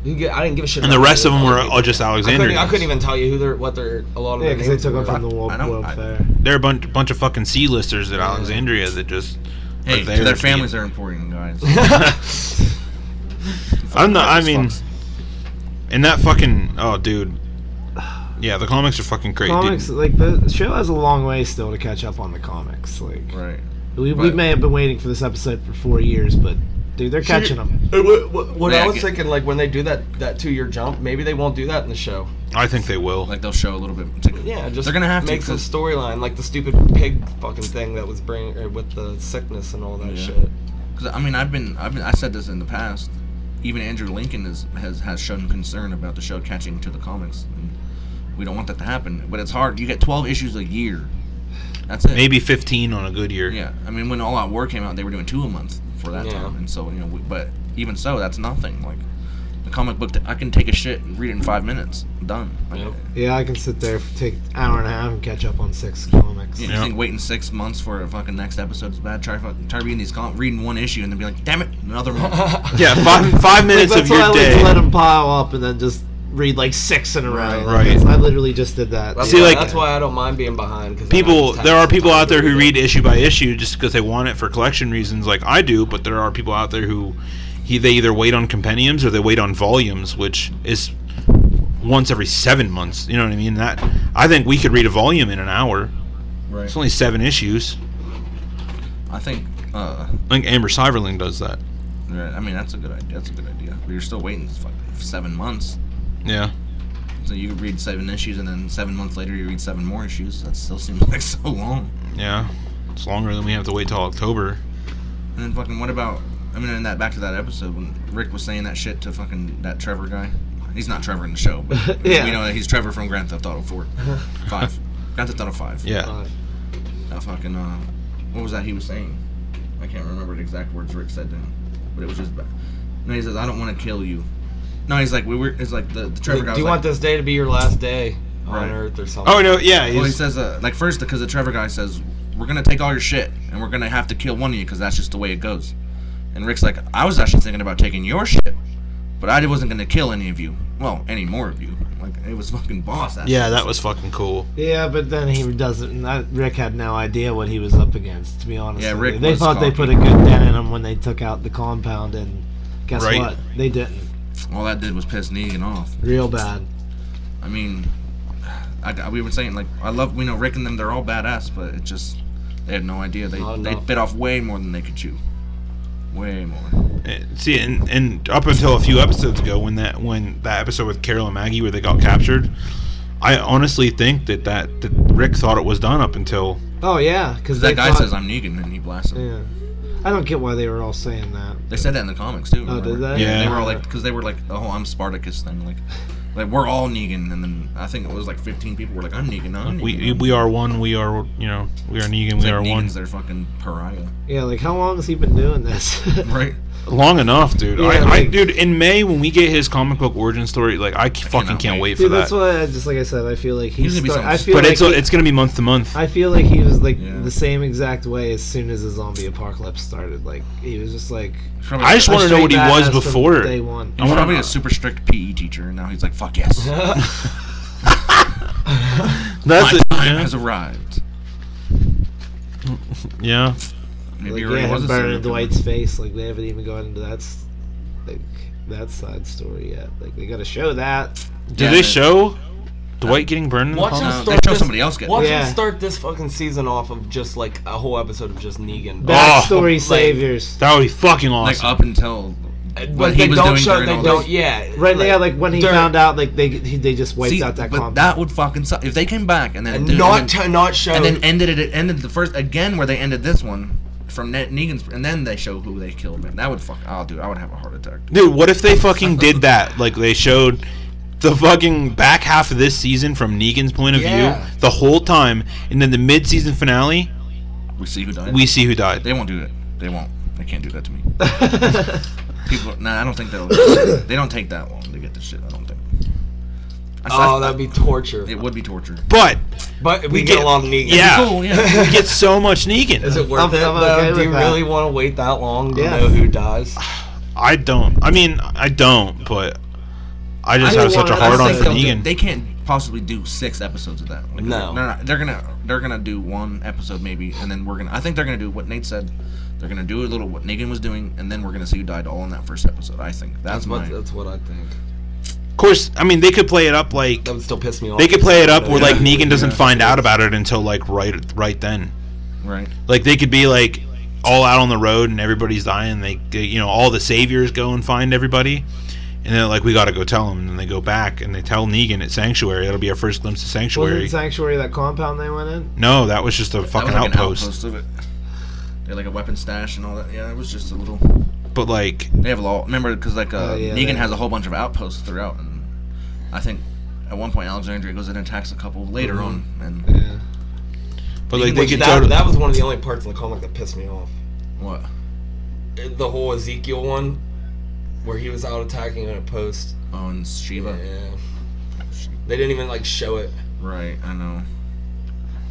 S10: You get, I didn't give a shit.
S4: and the
S10: about
S4: rest of them were
S10: other people.
S4: all just
S10: I couldn't,
S4: Alexandrians.
S10: I couldn't even tell you who they're what they're a lot of
S9: Yeah,
S10: their
S9: because they
S10: names
S9: took
S10: were.
S9: them from the World,
S5: I don't-
S9: World
S5: I-
S9: Fair.
S4: They're a bunch bunch of fucking C listers at Alexandria that just
S5: Hey,
S4: there
S5: their
S4: to
S5: families are important, guys.
S4: I'm not. I
S5: Fucking
S4: mean,
S5: sucks.
S4: and that fucking oh, dude. Yeah, the comics are fucking great.
S9: comics
S4: dude.
S9: like the show has a long way still to catch up on the comics. Like
S5: right.
S9: we, we
S4: Right.
S9: may have been waiting for this episode for four years, but dude, they're catching them.
S10: What, what, what
S5: Yeah,
S10: I was
S5: get-
S10: thinking, like when they do that that two year jump, maybe they won't do that in the show.
S4: I think they will.
S5: Like they'll show a little bit. Take,
S10: Yeah, just
S5: they're gonna have
S10: make
S5: to.
S10: some
S5: 'cause-
S10: storyline, like the stupid pig fucking thing that was bringing or with the sickness and all that
S5: Yeah.
S10: shit.
S5: Cause, I mean, I've been, I've been, I said this in the past. Even Andrew Lincoln is, has has shown concern about the show catching to the comics. And we don't want that to happen, but it's hard. You get 12 issues a year. That's it.
S4: Maybe 15 on a good year.
S5: Yeah, I mean, when All Out War came out, they were doing two a month for that
S10: Yeah.
S5: time, and so you know, we, but even so, that's nothing. Like the comic book, I can take a shit and read it in five minutes. Done. Like,
S10: Yep.
S9: Yeah, I can sit there for take an hour and a half and catch up on six comics.
S5: You, know, you think waiting six months for a fucking next episode is bad? Try fuck- try reading these com reading one issue and then be like, damn it, another month.
S4: Yeah, five five minutes
S9: That's
S4: of
S9: why I
S4: your
S9: like to let
S4: day.
S9: them pile up and then just read like six in a row.
S5: Right,
S9: Like,
S4: right.
S9: I literally just did that.
S10: That's
S4: See,
S10: why,
S4: like-
S10: that's why I don't mind being behind. Cause then I
S4: People,
S10: just have
S4: there are
S10: some
S4: people
S10: time
S4: out
S10: to
S4: there who read
S10: it.
S4: issue by issue just because they want it for collection reasons, like I do. But there are people out there who, he, they either wait on compendiums or they wait on volumes, which is once every seven months. You know what I mean? That I think we could read a volume in an hour.
S5: [laughs] right.
S4: It's only seven issues.
S5: I think. Uh,
S4: I think Amber Cyberling does that.
S5: right, I mean, that's a good idea. That's a good idea. But you're still waiting fucking seven months.
S4: Yeah.
S5: So you read seven issues, and then seven months later you read seven more issues. That still seems like [laughs] so long.
S4: Yeah. It's longer than we have to wait till October.
S5: And then fucking what about? I mean, in that back to that episode when Rick was saying that shit to fucking that Trevor guy. He's not Trevor in the show, but
S9: Yeah.
S5: we know that he's Trevor from Grand Theft Auto Four, Five, Grand Theft Auto Five.
S4: Yeah.
S5: That fucking uh, what was that he was saying? I can't remember the exact words Rick said down, but it was just. Bad. No, he says I don't want to kill you. No, he's like we were. It's like the, the Trevor guy.
S10: Do you
S5: was like,
S10: want this day to be your last day on
S5: Right.
S10: Earth or something?
S4: Oh no. Yeah.
S5: Well, he
S4: he's-
S5: says, uh, like, first, because the Trevor guy says, we're going to take all your shit, and we're going to have to kill one of you, because that's just the way it goes. And Rick's like, I was actually thinking about taking your shit, but I wasn't going to kill any of you. Well, any more of you. Like, it was fucking boss. That
S4: yeah. That was fucking cool.
S9: Yeah, but then he doesn't. That, Rick had no idea what he was up against. To be honest,
S5: Yeah,
S9: with
S5: Rick
S9: you. They
S5: was
S9: thought they
S5: cocky.
S9: put a good dent in him when they took out the compound, and guess
S4: Right.
S9: what? They didn't.
S5: All that did was piss Negan off.
S9: Real bad.
S5: I mean, I, I- we were saying, like, I love, we know Rick and them, they're all badass, but it just, they had no idea. They,
S10: Not
S5: they
S10: enough.
S5: bit off way more than they could chew. Way more.
S4: Uh, See, and, and up until a few episodes ago, when that when that episode with Carol and Maggie where they got captured, I honestly think that that, that Rick thought it was done up until
S9: Oh yeah, because
S5: That guy says, I'm Negan, and he blasts him.
S9: Yeah, I don't get why they were all saying that.
S5: They said that in the comics too.
S9: Oh, did
S5: remember?
S9: they?
S5: Yeah, they
S4: Yeah.
S5: were all like, because they were like, "Oh, I'm Spartacus" thing, like, like we're all Negan, and then I think it was like 15 people were like, "I'm Negan, I'm Negan."
S4: we we are one, we are you know we are Negan, we
S5: It's
S4: are
S5: like
S4: one.
S5: Negan's their fucking pariah,
S9: Yeah, like how long has he been doing this? [laughs]
S5: right?
S4: Long enough, dude. I, I
S9: Yeah, like-
S4: dude in May when we get his comic book origin story, like I c- fucking
S5: cannot
S4: can't wait,
S5: wait.
S4: for
S9: Dude,
S4: that.
S9: that's why I just like I said, I feel like he's.
S5: gonna be
S9: Start,
S5: something
S9: I feel
S4: but
S9: like
S4: it's
S9: he,
S4: it's gonna be month to month.
S9: I feel like he was like
S5: Yeah.
S9: the same exact way as soon as the zombie apocalypse started. Like he was just like.
S5: Probably,
S4: I just want to know what he
S9: straight
S4: was
S9: badass from
S4: before.
S9: day one.
S5: He's probably a super strict PE teacher, and now he's like, "Fuck
S9: [laughs]
S5: yes, my
S4: That's
S5: time
S4: it. Yeah.
S5: has arrived."
S4: yeah.
S5: Maybe
S9: Like,
S5: he already
S9: yeah,
S5: was
S9: him
S5: a
S9: burning
S5: serial
S9: Dwight's face. Like they haven't even gone into that, s- like that side story yet. Like they got to show that.
S4: Do
S5: Yeah,
S4: they
S5: man.
S4: show Dwight getting burned? In the
S10: Watch
S4: comic?
S10: him
S5: No, they
S10: start
S5: show
S10: this-
S5: somebody else get-
S10: Watch
S9: Yeah.
S10: him start this fucking season off of just like a whole episode of just Negan.
S4: Oh,
S10: Oh.
S9: Backstory
S10: like-
S9: saviors.
S4: That would be fucking
S5: killer.
S4: awesome.
S5: like up until
S10: But,
S5: what
S10: they
S5: he was
S10: don't
S5: doing
S10: show.
S5: during
S10: They
S5: all
S10: don't.
S5: this.
S10: Yeah.
S9: Right now, like when he
S10: during-
S9: found out, like they he, they just wiped
S5: See,
S9: out that
S5: but
S9: comp.
S5: that would fucking suck. If they came back and then
S10: and
S5: dude,
S10: not
S5: and then-
S10: t- not show.
S5: and then ended it. It ended the first again where they ended this one from Ne- Negan's, and then they show who they killed. Man, that would fuck. Oh, dude, I would have a heart attack.
S4: Dude, what if they fucking did that? Like they showed the fucking back half of this season from Negan's point of
S10: Yeah.
S4: view the whole time, and then the mid-season finale,
S5: We see who died.
S4: we see who died.
S5: They won't do it. They won't. They can't do that to
S10: [laughs]
S5: me.
S9: [laughs]
S5: People, nah, I don't think
S10: [coughs]
S5: they'll. they don't take that long to get this shit. I don't think. I,
S10: oh, that'd be torture.
S5: It would be torture.
S4: But
S10: But we,
S4: get-
S10: get along Negan.
S4: yeah,
S5: Cool, yeah.
S10: [laughs]
S4: we get so much Negan.
S10: Is it worth
S9: I'm-
S10: it?
S9: I'm
S10: though?
S9: okay
S10: Do you
S9: with that.
S10: really want to wait that long to
S9: Yes.
S10: know who
S5: [sighs]
S10: dies?
S4: I don't. I mean, I don't. But I just
S9: I
S4: have
S9: don't
S4: such a
S9: wanna-
S5: I
S4: hard
S5: don't
S4: on
S5: think
S4: for
S5: they'll do-
S4: Negan.
S5: they can't possibly do six episodes of that. Like,
S10: No.
S5: they're not- they're gonna they're gonna do one episode maybe, and then we're gonna. I think they're gonna do what Nate said. They're They're gonna do a little what Negan was doing, and then we're gonna see who died all in that first episode. I think that's,
S10: That's
S5: my.
S10: what that's what I think.
S4: Of course, I mean they could play it up like
S10: That would still piss me off.
S4: they could play it up where like Negan doesn't
S5: Yeah.
S4: find out about it until like right right then.
S5: right.
S4: Like they could be like all out on the road and everybody's dying. They, they you know all the saviors go and find everybody, and then like we got to go tell them. And then they go back and they tell Negan at Sanctuary. That'll be our first glimpse of Sanctuary.
S9: Wasn't Sanctuary that compound they went in?
S4: no, that was just a
S5: That
S4: fucking
S5: was like an
S4: outpost.
S5: outpost of it. They had like a weapon stash and all that. Yeah, it was just a little.
S4: But like
S5: They have a lot. Remember, because like uh,
S9: Oh, yeah,
S5: Negan
S9: they-
S5: has a whole bunch of outposts throughout, and I think at one point Alexandria goes in and attacks a couple later on, and
S9: Yeah.
S4: but like they
S10: Which
S4: could
S10: that,
S4: go to,
S10: that was one of the only parts of the comic that pissed me off.
S5: what?
S10: The whole Ezekiel one, where he was out attacking on a post.
S5: Oh, and Shiva.
S10: Yeah. They didn't even like show it.
S5: Right, I know.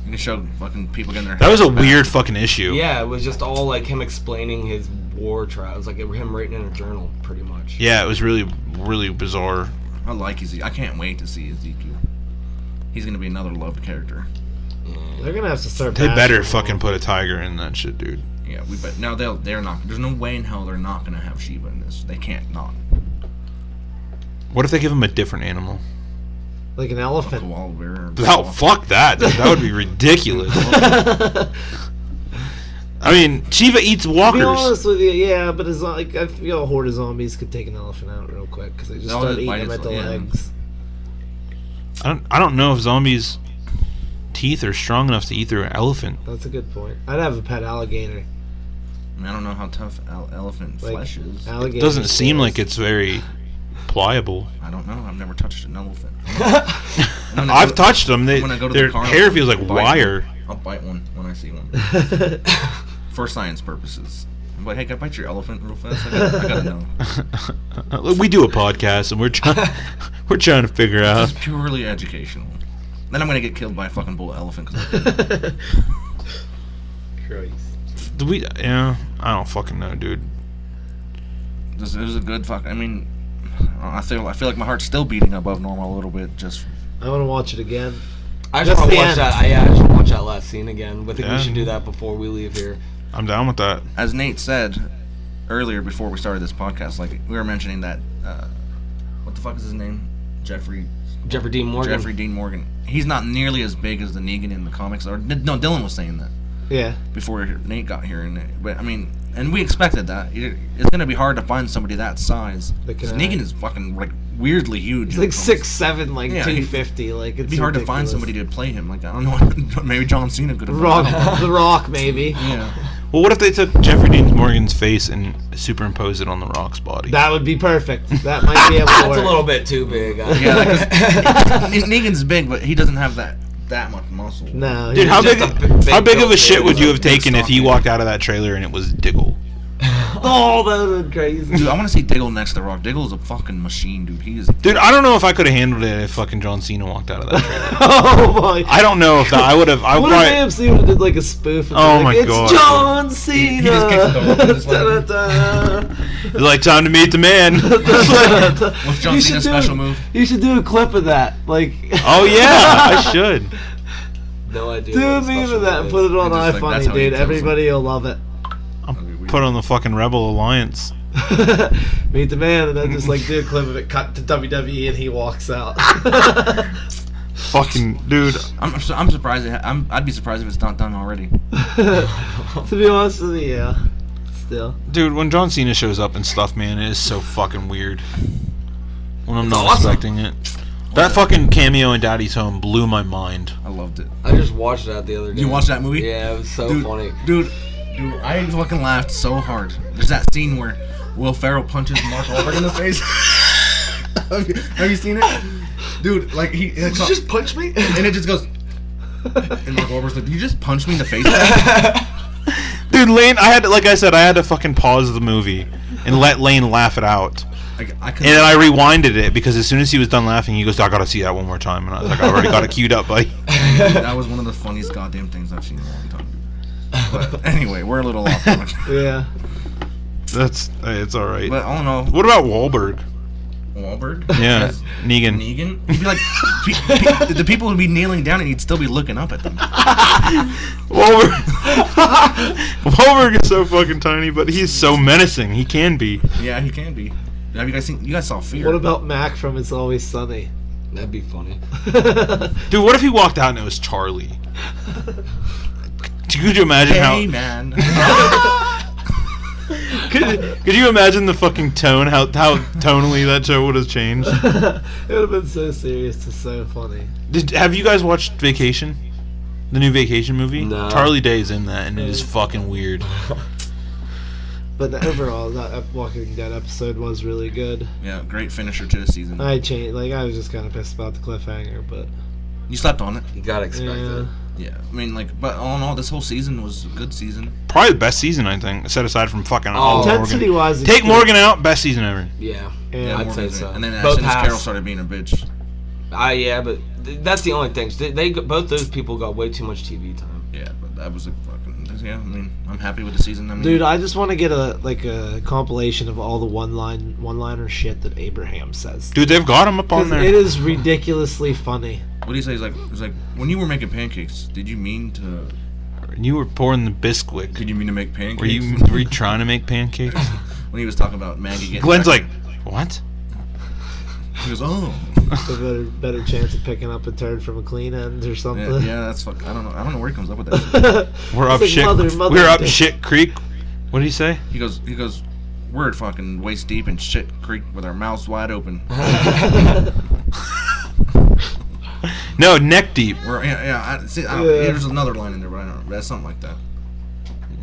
S5: You can show fucking people getting their.
S4: that was a
S5: heads back.
S4: weird fucking issue.
S10: Yeah, it was just all like him explaining his war trial. It was like him writing in a journal, pretty much.
S4: Yeah, it was really really bizarre.
S5: I like Ezekiel. I can't wait to see Ezekiel. He's gonna be another loved character.
S9: They're gonna have to start.
S4: They
S9: bashing
S4: better
S9: them all.
S4: fucking put a tiger in that shit, dude.
S5: Yeah, we bet. Now they'll. They're not. There's no way in hell they're not gonna have Shiva in this. They can't not.
S4: What if they give him a different animal? [laughs]
S9: like an
S5: A
S9: elephant.
S5: koala bear. or-
S4: Oh, fuck that. dude. That would be ridiculous.
S10: [laughs]
S9: [laughs]
S4: I mean, Shiva eats
S9: To be
S4: walkers.
S9: honest with you, yeah, but as long, like I feel a horde of zombies could take an elephant out real quick because they just
S5: They'll
S9: start
S5: just
S9: eating
S5: bite
S9: them
S5: its
S9: at the
S5: leg, yeah.
S9: legs.
S4: I don't, I don't know if zombies' teeth are strong enough to eat through an elephant.
S9: That's a good point. I'd have a pet alligator.
S5: I mean, I don't know how tough al- elephant
S9: Like, uh,
S5: flesh is.
S9: Alligator
S4: It doesn't seem
S9: scales.
S4: like it's very pliable.
S5: I don't know. I've never touched an elephant. I'm gonna
S4: I've
S5: go-
S4: touched them. They,
S5: I'm gonna go to the
S4: their
S5: carnival
S4: hair feels like
S5: and bite
S4: wire.
S5: I'll bite one when I see one.
S9: [laughs]
S5: For science purposes. But hey, can I bite your elephant real fast? I gotta, I gotta know.
S4: Uh, Look, we do a podcast and we're trying, [laughs] we're trying to figure out.
S5: It's purely educational. Then I'm gonna get killed by a fucking bull elephant.
S9: [laughs]
S5: 'cause I-
S4: Do we? Yeah, I don't fucking know, dude.
S5: this, it was a good fuck. I mean, I feel I feel like my heart's still beating above normal a little bit. Just
S9: I want to watch it again.
S10: I should
S9: That's
S10: probably
S9: the
S10: watch
S9: end.
S10: that. I, yeah, I should watch that last scene again. But I think
S4: Yeah.
S10: we should do that before we leave here.
S4: I'm down with that.
S5: as Nate said earlier before we started this podcast, like we were mentioning that uh, what the fuck is his name? Jeffrey
S10: Jeffrey Dean Morgan.
S5: Jeffrey Dean Morgan. He's not nearly as big as the Negan in the comics. Or no, Dylan was saying that.
S9: Yeah,
S5: before Nate got here, and it- but I mean, and we expected that. It- It's gonna be hard to find somebody that size.
S9: That can
S5: Because
S9: act.
S5: Negan is fucking like weirdly huge.
S9: he's
S5: in
S9: like
S5: the comics.
S9: six seven, like
S5: Yeah, he-
S9: two fifty. Like it's
S5: It'd be hard to find somebody to play him. Like I don't know, [laughs] maybe John Cena could have.
S9: Rock,
S5: done [laughs] that.
S9: the Rock, maybe.
S5: Yeah,
S4: Well, what if they took Jeffrey Dean Morgan's face and superimposed it on The Rock's body?
S9: That would be perfect. That might be
S5: [laughs]
S9: able to work.
S10: That's a little bit too big. I-
S5: yeah. [laughs] Like, 'cause Ne- Negan's big, but he doesn't have that that much muscle. [laughs]
S9: No,
S4: Dude,
S9: he-
S4: how
S10: Just
S4: big,
S10: a big-
S4: how
S10: big
S4: big of a
S10: built
S4: shit
S10: dude
S4: would
S10: with
S4: you
S10: a
S4: have taken if you walked out of that trailer and it was Diggle?
S9: [laughs] oh, that would be crazy.
S5: Dude, I want to see Diggle next to Rock. Diggle is a fucking machine, dude. He is.
S4: Dude, I don't know if I could have handled it if fucking John Cena walked out of that trailer.
S9: [laughs] Oh boy.
S4: I don't know if that, I would have. I
S9: [laughs] What
S4: probably,
S9: if AMC would have did like a spoof? And
S4: Oh
S9: oh like,
S4: my
S9: It's
S4: God.
S9: John Cena.
S5: just kicks the door with his leg.
S9: [laughs] Da-da-da.
S5: [laughs]
S4: like time to meet the man.
S9: [laughs]
S5: What's John
S9: You should
S5: Cena's
S9: do-
S5: special move?
S9: You should do a clip of that. Like,
S4: oh yeah, I should.
S10: No
S9: [laughs]
S10: idea.
S9: do
S10: what
S9: a
S10: the
S9: meme
S10: special
S9: of that and
S10: is.
S9: put it on
S5: And just, like, that's
S9: iFunny,
S5: how he
S9: dude.
S5: tells them.
S9: Everybody will love it.
S4: Put on the fucking Rebel Alliance.
S9: [laughs] Meet the man, and then just like do a clip of it, cut to WWE, and he walks out. [laughs]
S4: Fucking dude,
S5: I'm, I'm surprised. It ha- I'm, I'd be surprised if it's not done already.
S9: to be honest with you, yeah. Still,
S4: dude. When John Cena shows up and stuff, man, it is so fucking weird. When I'm not
S10: awesome.
S4: expecting it. That fucking cameo in Daddy's Home blew my mind.
S5: I loved it.
S10: I just watched that the other day.
S5: You watched that movie?
S10: Yeah, it was so
S5: dude,
S10: funny.
S5: Dude, dude, I fucking laughed so hard. There's that scene where Will Ferrell punches Mark Wahlberg in the face. [laughs] have, you, have you seen it? Dude, like he it's not-
S9: just punch me.
S5: and it just goes. And Mark Wahlberg's like, "You just punched me in the
S9: [laughs]
S5: face." Like,
S4: Dude, Lane, I had to, like I said, I had to fucking pause the movie and let Lane laugh it out.
S5: I
S4: And then
S5: could.
S4: I rewinded it because as soon as he was done laughing, he goes, "I gotta see that one more time." And I was like, "I already got it queued up, buddy."
S5: That was one of the funniest goddamn things I've seen in a long time. dude. But [laughs] anyway, we're a little off. topic.
S9: yeah.
S4: That's uh, it's all right.
S5: But all in all,
S4: What about Wahlberg?
S5: Wahlberg.
S4: [laughs] Yeah,
S5: as
S4: Negan.
S5: Negan. He'd be like, pe- pe- the people would be kneeling down, and he'd still be looking up at them.
S4: Wahlberg. [laughs] Wahlberg is so fucking tiny, but he's so menacing. He can be.
S5: Yeah, he can be. Have you guys seen? You guys saw Fear?
S9: What about Mac from It's Always Sunny? [laughs]
S10: That'd be funny.
S4: Dude, what if he walked out and it was Charlie? Could you imagine
S5: Hey
S4: how?
S5: man.
S4: Could, could you imagine the fucking tone? How how tonally that show would have changed?
S9: It would have been so serious to so funny.
S4: Did have you guys watched Vacation? The new Vacation movie?
S10: No.
S4: Charlie Day's in that, and it is fucking weird.
S9: But the overall, that ep- Walking Dead episode was really good.
S5: yeah, great finisher to the season.
S9: I changed, like I was just kind of pissed about the cliffhanger, but
S5: you slept on it.
S10: You gotta expect
S9: yeah,
S10: it.
S5: Yeah, I mean, like, but all in all, this whole season was a good season.
S4: Probably the best season, I think. Set aside from fucking all Morgan.
S9: intensity wise,
S4: Take Morgan out, best season ever.
S10: Yeah.
S9: Yeah,
S10: I'd
S5: Morgan
S10: say
S5: was in it.
S10: so.
S5: And then as
S10: Both
S5: soon as
S10: halves.
S5: Carol started being a bitch,
S10: Ah, yeah, but th- that's the only thing. They, they both those people got way too much TV time.
S5: yeah, but that was a fucking. Yeah, I mean, I'm happy with the season. I mean,
S9: Dude, I just want to get a like a compilation of all the one line one liner shit that Abraham says.
S4: Dude, they've got him up on
S9: 'Cause It
S4: there.
S9: is ridiculously funny.
S5: what do you say? He's like, he's like, when you were making pancakes, did you mean to?
S4: You were pouring the Bisquick.
S5: Did you mean to make pancakes?
S4: Were you, were you trying to make
S9: [laughs]
S4: pancakes?
S5: when he was talking about Maggie getting.
S4: Glenn's like,
S5: pregnant,
S4: what?
S5: he goes, oh,
S9: A better better chance of picking up a turd from a clean end or something.
S5: yeah, yeah, that's fuck. I don't know. I don't know where he comes up with that. shit.
S9: [laughs]
S4: We're up
S9: like,
S4: shit.
S9: "Mother, mother,
S4: we're up
S9: bitch." [laughs]
S4: shit creek. What did he say?
S5: He goes, he goes, we're at fucking waist deep in shit creek with our mouths wide open.
S4: No, neck deep.
S5: We're yeah, yeah. I, see, I don't,
S9: Yeah.
S5: there's another line in there, but I don't. know. That's something like that.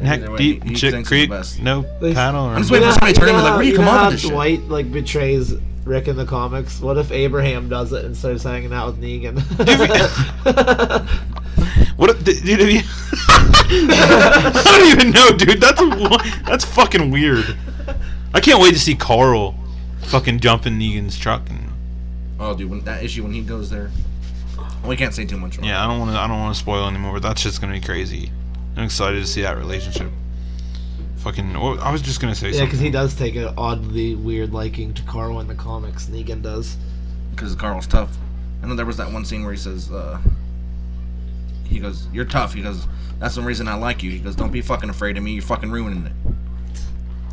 S4: Neck
S5: Either way,
S4: deep.
S5: he
S4: shit
S5: thinks it's the
S4: creek.
S5: best.
S4: No
S9: They-
S4: paddle. Or
S5: I'm just waiting for somebody to turn and be like, where do you come
S9: know
S5: up
S9: how
S5: with this shit?
S9: Dwight like betrays Rick in the comics. What if Abraham does it and starts hanging out with Negan?
S4: What if, [laughs] dude? Have you, I don't even know, dude. That's a, that's fucking weird. I can't wait to see Carl fucking jump in Negan's truck. And
S5: Oh, dude, when, that issue when he goes there. We can't say too much. Wrong.
S4: yeah, I don't want to. I don't want to spoil anymore. But that's just gonna be crazy. I'm excited to see that relationship. Fucking. oh, I was just gonna say
S9: [laughs] yeah,
S4: something.
S9: because he does take an oddly weird liking to Carl in the comics. Negan does.
S5: because Carl's tough. I know there was that one scene where he says, uh, he goes, "You're tough." He goes, "That's the reason I like you." He goes, "Don't be fucking afraid of me. You're fucking ruining it."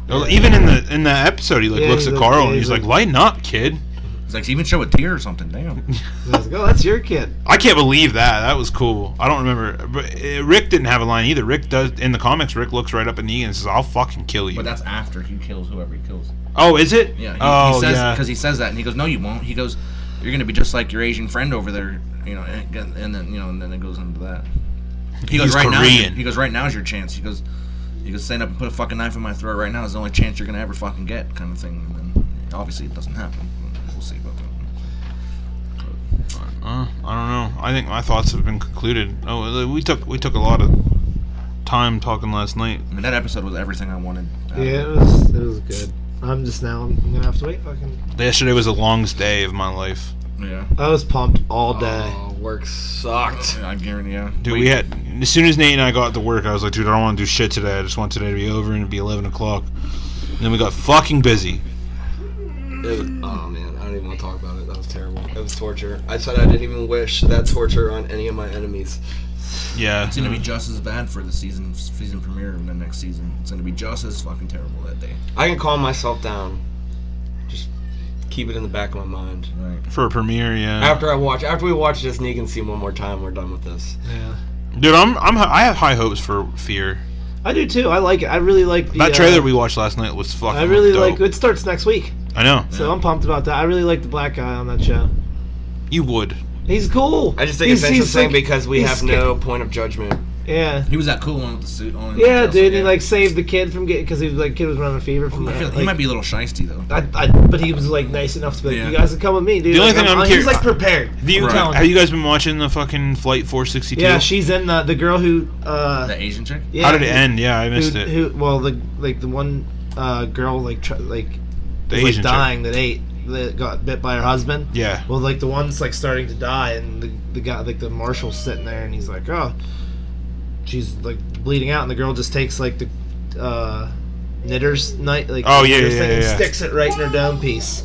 S4: Well, Even in the in the episode, he like
S9: Yeah,
S4: looks
S9: he's
S4: at
S9: like-
S4: Carl
S9: yeah,
S4: and
S9: he's
S4: he's like,
S9: like-
S4: "Lighten up, kid."
S5: He's like, "Even show a tear or something." Damn.
S9: And I was like, oh, that's your kid.
S4: I can't believe that. That was cool. I don't remember. But uh, Rick didn't have a line either. Rick does in the comics. Rick looks right up at Negan and says, "I'll fucking kill you."
S5: But that's after he kills whoever he kills.
S4: oh, is it?
S5: Yeah. He,
S4: oh,
S5: he says,
S4: yeah.
S5: Because he says that, and he goes, "No, you won't." He goes, "You're gonna be just like your Asian friend over there." You know, and, and then you know, and then it goes into that. He goes
S4: He's
S5: right now.
S4: Korean.
S5: He goes right now is your chance. He goes, he goes stand up and put a fucking knife in my throat right now is the only chance you're gonna ever fucking get, kind of thing. And then obviously it doesn't happen. We'll see about that.
S4: Uh, I don't know. I think my thoughts have been concluded. Oh, we took we took a lot of time talking last night.
S5: I mean that episode was everything I wanted. Uh,
S9: Yeah, it was it was good. I'm just now I'm gonna have to wait fucking
S4: Yesterday was the longest day of my life.
S5: yeah.
S9: I was pumped all day.
S10: Oh, work sucked.
S5: I guarantee. Yeah.
S4: Dude, we had as soon as Nate and I got to work, I was like, dude, I don't want to do shit today. I just want today to be over and it'd be eleven o'clock. And then we got fucking busy.
S10: It was, oh man, I don't even want to talk about it. That was terrible. It was torture. I said I didn't even wish that torture on any of my enemies.
S4: Yeah.
S5: It's gonna be just as bad for the season season premiere of the next season. It's gonna be just as fucking terrible that day.
S10: I can calm myself down. Just keep it in the back of my mind.
S5: Right.
S4: For a premiere, yeah.
S10: After I watch, after we watch this Negan scene one more time, we're done with this.
S9: Yeah.
S4: Dude, I'm, I'm I have high hopes for Fear.
S9: I do too. I like it. I really like the
S4: That
S9: uh,
S4: trailer we watched last night was fucking.
S9: I really
S4: dope.
S9: like it starts next week.
S4: I know
S9: So I'm pumped about that. I really like the black guy on that show.
S4: you would.
S9: He's cool.
S10: I just think
S9: he's,
S10: it's
S9: he's
S10: interesting
S9: like-
S10: because we
S9: he's
S10: have
S9: sca-
S10: no point of judgment.
S9: Yeah.
S5: He was that cool one with the suit on. and
S9: Yeah,
S5: everything
S9: dude,
S5: else,
S9: he like saved the kid from getting because he was like kid was running a fever from
S5: I
S9: that.
S5: feel- Oh, he
S9: like-
S5: might be a little shisty though.
S9: I, I, but he was like nice enough to be like,
S5: Yeah.
S9: you guys can come with me, dude.
S4: The only
S9: Like,
S4: thing I'm
S9: he's
S4: curious-
S9: like prepared.
S4: Do you
S5: Right.
S4: count- have you guys been watching the fucking Flight 462?
S9: Yeah, she's in the the girl who. uh
S5: That Asian chick.
S9: yeah,
S4: How did it
S9: who-
S4: end? Yeah, I missed
S9: who,
S4: it.
S9: who- well, the like the one uh, girl like tr- like
S4: the
S9: was
S4: Asian chick.
S9: dying that ate that got bit by her husband.
S4: Yeah.
S9: Well, like the one's like starting to die, and the, the guy, like the marshal's sitting there, and he's like, "Oh, she's like bleeding out," and the girl just takes like the uh, knitter's night, like
S4: Oh, yeah,
S9: knitter's
S4: yeah,
S9: thing
S4: yeah,
S9: and
S4: yeah.
S9: sticks it right in her dome piece,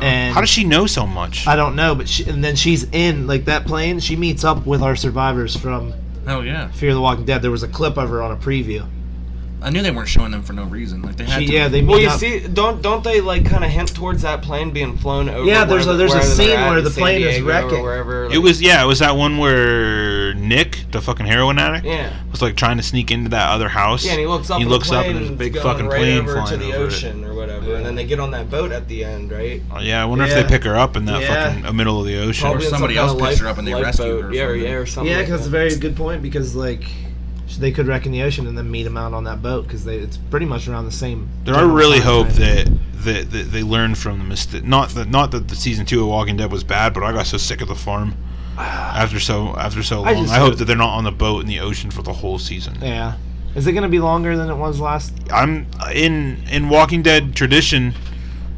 S9: And
S4: How does she know so much?
S9: I don't know, but she, and then she's in like that plane. She meets up with our survivors from
S5: Oh yeah,
S9: Fear the Walking Dead. There was a clip of her on a preview.
S5: I knew they weren't showing them for no reason. Like they had
S9: She,
S5: to.
S9: yeah, they meet
S6: Well, you
S9: up.
S6: see, don't don't they like kind of hint towards that plane being flown over?
S9: Yeah, there's
S6: where
S9: a- there's a
S6: where they're
S9: scene
S6: at,
S9: where
S6: in
S9: the
S6: San
S9: plane is
S6: Diego or
S9: wrecking.
S6: Wherever, like-
S4: It was yeah, it was that one where Nick, the fucking heroin addict,
S6: Yeah.
S4: was like trying to sneak into that other house.
S6: Yeah, and he looks up.
S4: He
S6: and the
S4: looks up and there's a
S6: plane's
S4: big
S6: going
S4: fucking
S6: right
S4: plane
S6: over
S4: flying
S6: to the
S4: over it.
S6: ocean or whatever, and then they get on that boat at the end, right?
S4: Oh, yeah, I wonder
S9: Yeah.
S4: if they pick her up in that
S9: Yeah.
S4: fucking uh, middle of the ocean.
S6: Probably in some
S5: somebody
S6: kind
S5: else
S6: of
S5: picks her
S6: life-
S5: up and they
S6: lifeboat.
S5: rescue her
S6: Yeah,
S5: from
S6: yeah,
S5: the-
S6: or something.
S9: Yeah,
S6: like
S9: because it's a
S6: that.
S9: very good point because like sh- they could wreck in the ocean and then meet them out on that boat because they it's pretty much around the same.
S4: There, I
S9: general
S4: really
S9: time
S4: hope
S9: frame.
S4: that, that that they learn from the mistake. Not that not that the season two of Walking Dead was bad, but I got so sick of the
S6: [sighs]
S4: farm after so after so
S9: I
S4: long.
S9: just
S4: I, hope
S9: hope-
S4: that they're not on the boat in the ocean for the whole season.
S9: Yeah, is it gonna be longer than it was last?
S4: I'm in in Walking Dead tradition.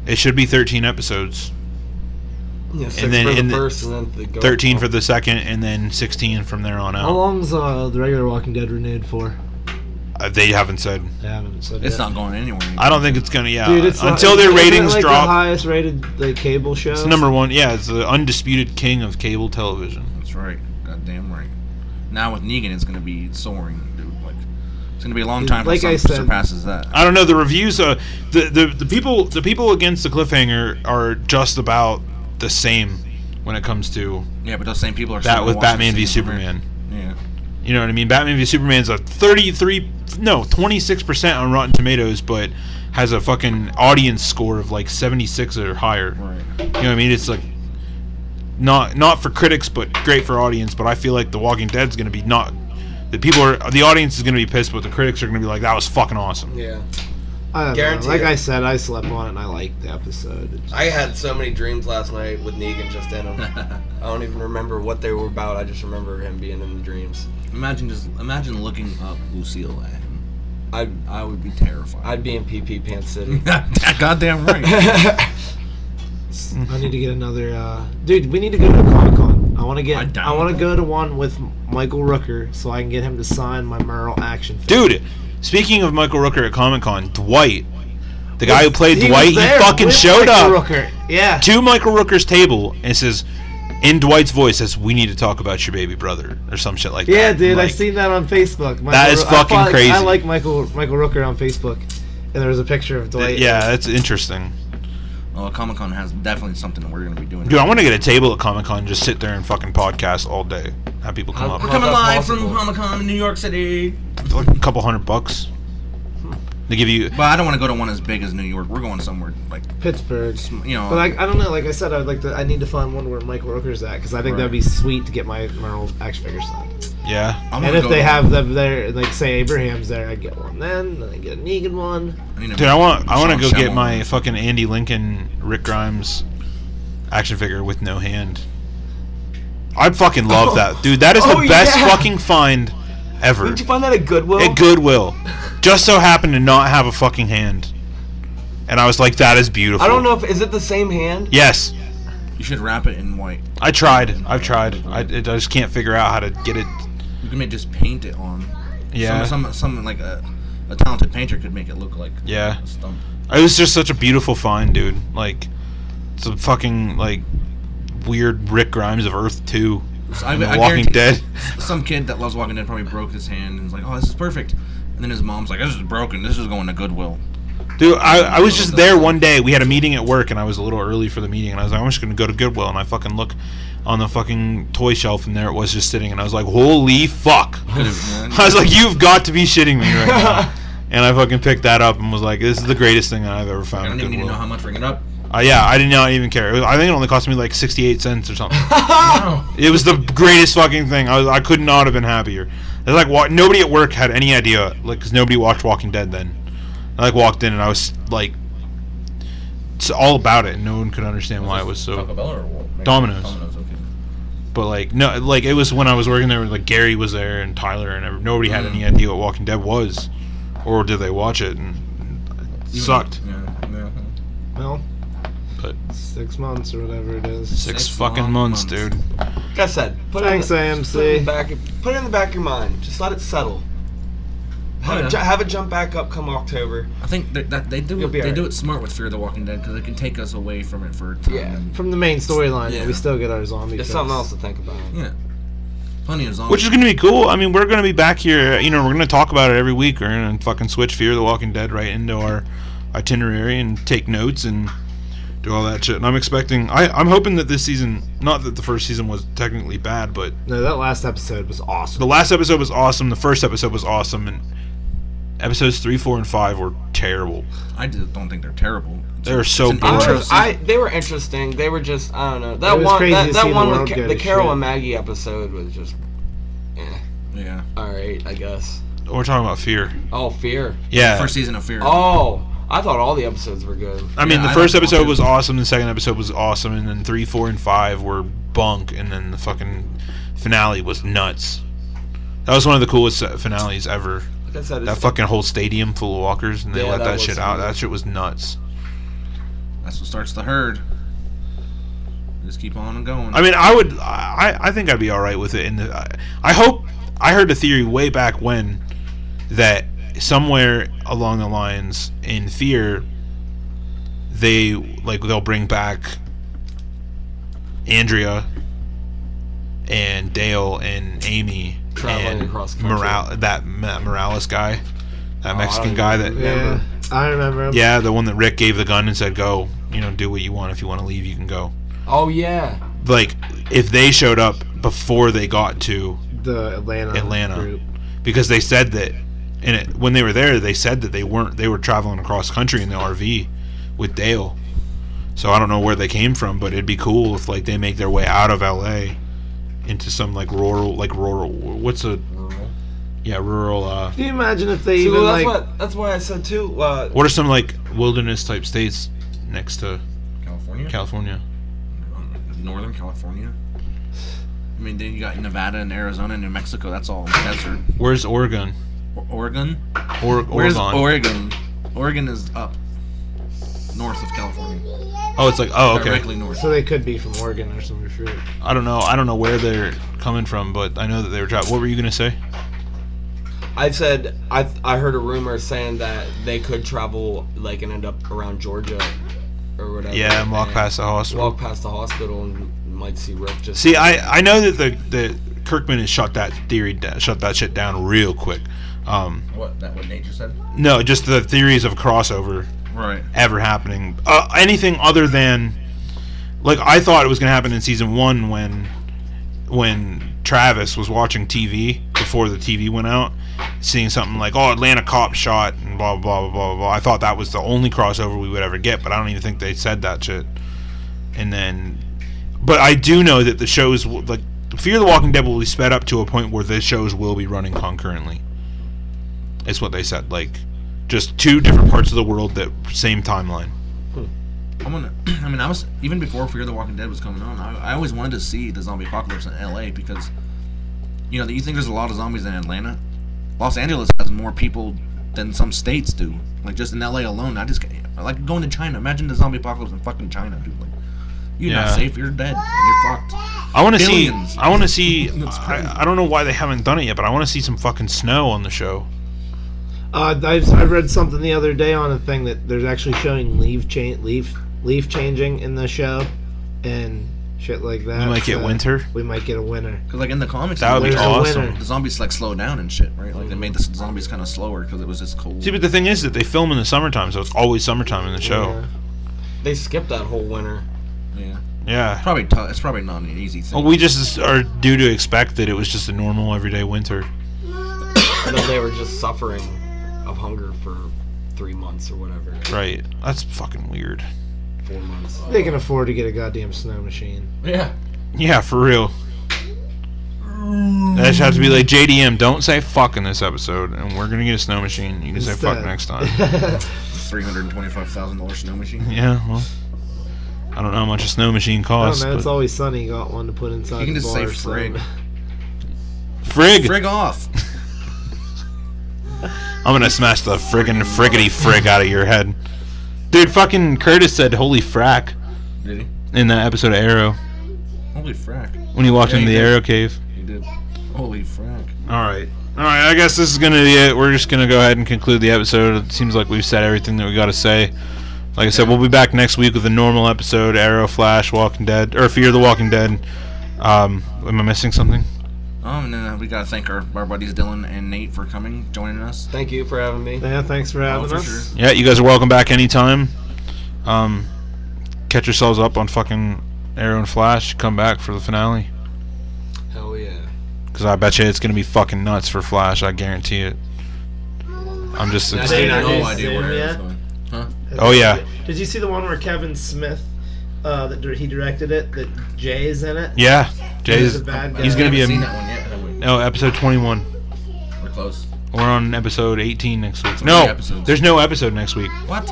S4: It should be 13 episodes,
S6: Yeah, six
S4: then-
S6: for the
S4: and the-
S6: first, and then the
S4: 13 for the second, and then 16 from there on
S9: How
S4: out.
S9: long's uh, the regular Walking Dead renewed for?
S4: Uh, they haven't said.
S9: They haven't said
S5: It's
S9: yet.
S5: not going anywhere.
S4: I don't think it's gonna. Yeah,
S9: Dude, it's not-
S4: Uh, until their
S9: isn't it,
S4: ratings
S9: like,
S4: drop,
S9: The highest rated like cable show.
S4: it's number one. Yeah, it's the undisputed king of cable television.
S5: That's right. Goddamn right. Now with Negan, it's gonna be soaring, dude. Like it's gonna be a long time
S9: Like
S5: before
S9: I
S5: something
S9: said-
S5: surpasses that.
S4: I don't know. The reviews, uh, the, the the people the people against the cliffhanger are just about the same when it comes to
S5: Yeah, but those same people are still
S4: that
S5: gonna
S4: with
S5: watch the
S4: Batman v
S5: season premiere.
S4: Superman.
S5: Yeah.
S4: You know what I mean? Batman v Superman's a 33, no, 26 percent on Rotten Tomatoes, but has a fucking audience score of like 76 or higher.
S5: Right.
S4: You know what I mean? It's like not not for critics, but great for audience. But I feel like The Walking Dead's gonna be not. The people are the audience is gonna be pissed, but the critics are gonna be like, "That was fucking awesome."
S6: Yeah,
S9: I don't
S6: Guarantee
S9: know. Like
S6: it.
S9: I said, I slept on it and I liked the episode. It just-
S6: I had so many dreams last night with Negan just
S5: [laughs]
S6: in them. I don't even remember what they were about. I just remember him being in the dreams.
S5: Imagine just imagine looking up Lucille at him.
S6: I'd
S5: I would be terrified. [laughs]
S6: I'd be in PP Pants [laughs] City.
S5: Goddamn
S9: [laughs]
S5: right.
S4: Mm-hmm.
S9: I need to get another. Uh, dude, we need to go to Comic Con. I want to
S5: I
S9: get.
S5: don't.
S9: I, want to go to one with Michael Rooker so I can get him to sign my Merle action. figure.
S4: Dude, speaking of Michael Rooker at Comic Con, Dwight, the guy who played
S9: He was
S4: Dwight, he
S9: there
S4: fucking
S9: with
S4: showed
S9: Michael
S4: up
S9: Rooker. Yeah.
S4: to Michael Rooker's table and says, in Dwight's voice, says, "We need to talk about your baby brother" or some shit like
S9: Yeah,
S4: that.
S9: dude, I
S4: Like,
S9: seen that on Facebook. Michael
S4: That is
S9: Roo-
S4: fucking
S9: I, follow-
S4: crazy.
S9: I like Michael Michael Rooker on Facebook, and there was a picture of Dwight.
S4: th- Uh, Yeah, that's interesting.
S5: well, Comic Con has definitely something we're gonna be doing.
S4: Dude, I want to get a table at Comic Con and just sit there and fucking podcast all day. Have people come
S6: How-
S4: up.
S5: We're coming
S6: How's
S5: live
S6: that possible?
S5: from Comic Con in New York City.
S4: like a couple hundred bucks. They give you.
S5: But I don't want to go to one as big as New York. We're going somewhere like
S9: Pittsburgh.
S5: you know.
S9: But like, I don't know. Like I said, I'd like to. I need to find one where Michael Rooker's at because I think
S5: Right.
S9: that'd be sweet to get my Merle action figure signed.
S4: Yeah.
S5: I wanna
S9: And if
S5: go
S9: they
S5: to-
S9: have them there, like say Abraham's there, I get one. Then, then I get a Negan one.
S5: I need to-
S4: Dude, I want. I want to
S5: Sean
S4: go get
S5: Shamwell.
S4: my fucking Andy Lincoln, Rick Grimes, action figure with no hand. I'd fucking love
S6: [laughs]
S4: that, dude. That is
S6: Oh,
S4: the best
S6: yeah.
S4: fucking find ever
S6: Did you find that at Goodwill?
S4: at Goodwill. Just so happened to not have a fucking hand, and I was like, "That is beautiful."
S6: I don't know if is it the same hand.
S4: Yes,
S5: You should wrap it in white.
S4: I tried. I've tried. I, I just can't figure out how to get it.
S5: You can make, just paint it on.
S4: Yeah,
S5: Some, some, some like a, a talented painter could make it look like
S4: yeah.
S5: a stump.
S4: It was just such a beautiful find, dude. Like, it's a fucking like weird Rick Grimes of Earth Two,
S5: So I,
S4: and The
S5: I
S4: Walking
S5: guarantee-
S4: Dead.
S5: Some kid that loves Walking Dead probably broke his hand and was like, "Oh, this is perfect." And then his mom's like, "This is broken. This is going to Goodwill."
S4: Dude, I, I was just there one day. We had a meeting at work, and I was a little early for the meeting. And I was like, I'm just gonna go to Goodwill, and I fucking look on the fucking toy shelf, and there it was just sitting. And I was like, holy fuck! [laughs] I was like, you've got to be shitting me right
S5: [laughs]
S4: now. And I fucking picked that up and was like, "This is the greatest thing I've ever
S5: I
S4: found."
S5: don't
S4: at
S5: even need to know
S4: Goodwill.
S5: how much. Ring it up.
S4: Uh, yeah, I did not even care. It was- I think it only cost me like sixty-eight cents or [laughs] something.
S5: Oh,
S4: It was the greatest fucking thing. I, was, I could not have been happier. It's like wa- nobody at work had any idea, like, because nobody watched Walking Dead then. I like walked in and I was like, it's all about it, and no one could understand why it was
S5: Taco
S4: so.
S5: Bell or what?
S4: Domino's.
S5: Domino's. Okay.
S4: But like, no, like it was when I was working there. Like Gary was there and Tyler, and every- nobody had any idea what Walking Dead was, or did they watch it? And it sucked.
S5: Yeah. yeah.
S9: Well,
S4: But-
S9: six months or whatever it is.
S4: Six,
S5: Six
S4: fucking
S5: long
S4: months,
S5: months.
S4: dude.
S6: Like I said, put it in
S9: Thanks,
S6: the, put it in
S9: AMC.
S6: the back. Put it in the back of your mind. Just let it settle.
S5: Oh,
S6: I
S10: Have,
S6: know.
S10: it, ju- have it jump back up come October.
S5: I think that, that they do
S10: You'll
S5: it,
S10: be
S5: they do
S10: alright.
S5: it smart with Fear the Walking Dead because it can take us away from it for a time.
S10: Yeah.
S9: From the main storyline,
S5: Yeah.
S9: we still get our zombie.
S10: It's
S9: fix.
S10: something else to think about.
S5: yeah. Plenty of zombies.
S4: Which is going to be cool. I mean, we're going to be back here. You know, we're going to talk about it every week. We're going to fucking switch Fear the Walking Dead right into our itinerary and take notes and do all that shit. And I'm expecting, I, I'm hoping that this season, not that the first season was technically bad, but
S9: No, that last episode was awesome.
S4: the last episode was awesome. The first episode was awesome. And episodes three, four, and five were terrible.
S5: I just don't think they're terrible. It's
S4: They
S5: a-
S4: were so
S5: it's an
S4: boring.
S5: intro
S4: Well,
S5: season.
S10: I they were interesting. They were just I don't know that
S9: It was
S10: one
S9: crazy
S10: that,
S9: to
S10: that
S9: see the
S10: one
S9: world
S10: with
S9: go
S10: Ca- the
S9: to
S10: Carol
S9: shit.
S10: and Maggie episode was just eh,
S5: yeah.
S10: all right I guess.
S4: We're talking about Fear.
S10: Oh fear.
S4: Yeah.
S5: First season of Fear.
S10: Oh I thought all the episodes were good.
S4: I mean,
S5: Yeah,
S4: the
S5: I
S4: first
S5: like
S4: episode
S5: Walking
S4: was
S5: Dead.
S4: awesome. The second episode was awesome, and then three, four, and five were bunk, and then the fucking finale was nuts. That was one of the coolest uh, finales ever.
S10: Like I said,
S4: That
S10: it's,
S4: fucking whole stadium full of walkers, and they
S10: Yeah,
S4: let
S10: that
S4: that,
S10: was
S4: shit out. That shit was nuts.
S5: That's what starts the herd. Just keep on and going.
S4: I mean, I would, I, I think I'd be all right with it. And I, I hope I heard a theory way back when that somewhere along the lines in Fear, they like they'll bring back Andrea and Dale and Amy
S10: Traveling
S4: and
S10: across country. Oh,
S4: Moral that Ma- Morales guy, that Mexican guy that
S9: Yeah, I remember. him.
S4: yeah, the one that Rick gave the gun and said go, you know, do what you want if you want to leave, you can go.
S10: oh yeah.
S4: like if they showed up before they got to
S9: The Atlanta.
S4: Atlanta.
S9: Group.
S4: because they said that and it, when they were there they said that they weren't they were traveling across country in the RV with Dale so I don't know where they came from but it'd be cool if like they make their way out of LA into some like rural like rural what's a yeah rural uh
S9: Can you imagine if they
S10: See,
S9: even
S10: well, that's
S9: like?
S10: what that's why I said too. Uh,
S4: what are some like wilderness type states next to
S5: California,
S4: California
S5: Northern California. I mean, then you got Nevada and Arizona and New Mexico. That's all desert.
S4: where's Oregon
S5: O- Oregon.
S4: or
S5: Where's
S4: Oregon
S5: Oregon? Oregon is up north of California.
S4: oh it's like oh okay
S5: Directly north.
S9: So they could be from Oregon or some shit.
S4: I don't know. I don't know where they're coming from, but I know that they were trapped. What were you gonna say?
S10: I said I I heard a rumor saying that they could travel like and end up around Georgia or whatever.
S4: Yeah, and walk
S10: and
S4: past the hospital.
S10: walk past the hospital and might see Rick just
S4: See, I I know that the the Kirkman has shut that theory da- shut that shit down real quick. Um,
S5: What that what nature said?
S4: no, just the theories of crossover
S5: Right.
S4: ever happening. Uh, anything other than like I thought it was gonna happen in season one when when Travis was watching TV before the TV went out, seeing something like oh Atlanta cop shot and blah blah blah blah blah. I thought that was the only crossover we would ever get, but I don't even think they said that shit. And then, but I do know that the shows will- like Fear the Walking Dead will be sped up to a point where the shows will be running concurrently. It's what they said, like just two different parts of the world that same timeline.
S5: I'm gonna. [clears throat] I mean, I was even before Fear the Walking Dead was coming on. I, I always wanted to see the zombie apocalypse in L.A. because, you know, you think there's a lot of zombies in Atlanta. Los Angeles has more people than some states do. Like just in L.A. alone, I just can't- like going to China. Imagine the zombie apocalypse in fucking China, dude. Like, you're not
S4: Yeah.
S5: safe. You're dead. You're fucked.
S4: I want to see.
S5: Billions.
S4: I want to see.
S5: [laughs] That's crazy.
S4: I, I don't know why they haven't done it yet, but I want to see some fucking snow on the show.
S9: Uh, I, I read something the other day on a thing that there's actually showing leaf change, leaf leaf changing in the show, and shit like that.
S4: We might get
S9: so
S4: winter.
S9: We might get a winter.
S5: Because like in the comics,
S4: That would be
S9: There's
S5: the-
S9: a
S4: awesome.
S9: winner.
S5: The zombies like slow down and shit, right? Like they made the s- zombies kind of slower because it was just cold.
S4: See, but the thing is that they film in the summertime, so it's always summertime in the show.
S10: they skipped that whole winter.
S5: Yeah,
S4: Yeah.
S5: probably. T- it's probably not an easy thing.
S4: Well, we just are due to expect that it was just a normal everyday winter.
S10: And then they were just suffering of hunger for three months or whatever,
S4: Right. That's fucking weird.
S10: four months.
S9: They can afford to get a goddamn snow machine. [laughs]
S5: yeah.
S4: Yeah, for real. That just has to be like JDM. Don't say fuck in this episode, and we're gonna get a snow machine. You can say fuck
S9: Instead.
S4: next
S5: [laughs]
S4: time.
S5: Three hundred twenty-five thousand dollars snow machine.
S4: Yeah, well, I don't know how much a snow machine
S9: I
S4: costs.
S9: don't know. It's
S4: but-
S9: always sunny. Got one to put inside.
S5: You can
S9: the
S5: just
S9: bar
S5: say
S9: or
S5: frig.
S9: something. [laughs]
S4: Frig.
S5: Frig off.
S4: [laughs] I'm gonna smash the friggin' friggity frig out of your head, dude. Fucking Curtis said "holy frack"
S5: Did he?
S4: in that episode of Arrow
S5: Holy frack.
S4: when he walked
S5: Yeah,
S4: into
S5: he
S4: the
S5: did.
S4: Arrow cave.
S5: He did. Holy frack.
S4: All right, All right, I guess this is gonna be it. We're just gonna go ahead and conclude the episode. It seems like we've said everything that we got to say. Like I said, we'll be back next week with a normal episode: Arrow, Flash, Walking Dead, or Fear the Walking Dead. Um, am I missing something?
S5: Um, and then uh, we gotta thank our, our buddies Dylan and Nate for coming, joining us.
S10: Thank you for having me.
S9: Yeah, thanks for having
S5: for
S9: us.
S5: sure.
S4: Yeah, you guys are welcome back anytime. Um, catch yourselves up on fucking Arrow and Flash. Come back for the finale,
S10: Hell yeah.
S4: because I bet you it's gonna be fucking nuts for Flash. I guarantee it. I'm just.
S10: That's
S9: Did
S10: I
S9: you
S10: know
S5: No idea
S9: see
S5: where it
S9: him
S5: was
S9: yet?
S5: going.
S4: Oh yeah,
S7: Did you see the one where Kevin Smith, uh, that dir- he directed it? That Jay's in it.
S4: yeah. Jay's.
S7: He's a bad guy.
S4: He's gonna
S5: We
S4: be
S5: haven't seen
S4: a.
S5: that one yet, have we?
S4: No, episode 21.
S5: We're close.
S4: We're on episode 18 next week.
S5: So many
S4: No,
S5: episodes.
S4: there's no episode next week.
S5: What?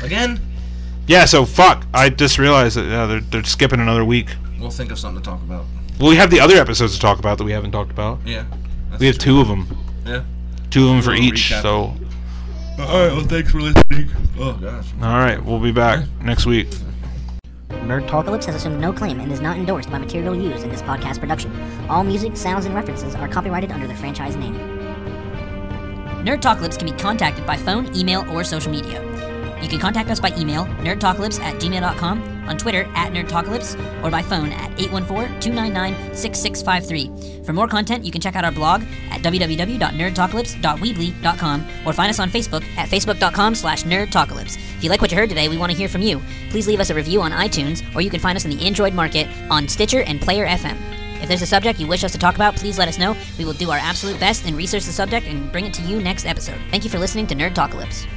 S5: Again?
S4: Yeah, so fuck. I just realized that uh, they're, they're skipping another week.
S5: We'll think of something to talk about.
S4: Well, we have the other episodes to talk about that we haven't talked about.
S5: Yeah. that's
S4: We have
S5: true.
S4: two of them.
S5: Yeah.
S4: Two of them for
S5: We'll
S4: each.
S5: recap.
S4: So,
S5: Oh gosh.
S4: all right, we'll be back next week.
S11: Nerdtalkalypse has assumed no claim and is not endorsed by material used in this podcast production. All music, sounds, and references are copyrighted under the franchise name.
S12: Nerdtalkalypse can be contacted by phone, email, or social media. You can contact us by email, nerdtalkalypse at gmail.com, on Twitter at nerdtalkalypse, or by phone at 814-299-6653. For more content, you can check out our blog at www.nerdtalkalypse.weebly.com, or find us on Facebook at facebook.com slash nerdtalkalypse. If you like what you heard today, we want to hear from you. Please leave us a review on iTunes, or you can find us in the Android market on Stitcher and Player FM. If there's a subject you wish us to talk about, please let us know. We will do our absolute best and research the subject and bring it to you next episode. Thank you for listening to Nerd Talkalypse.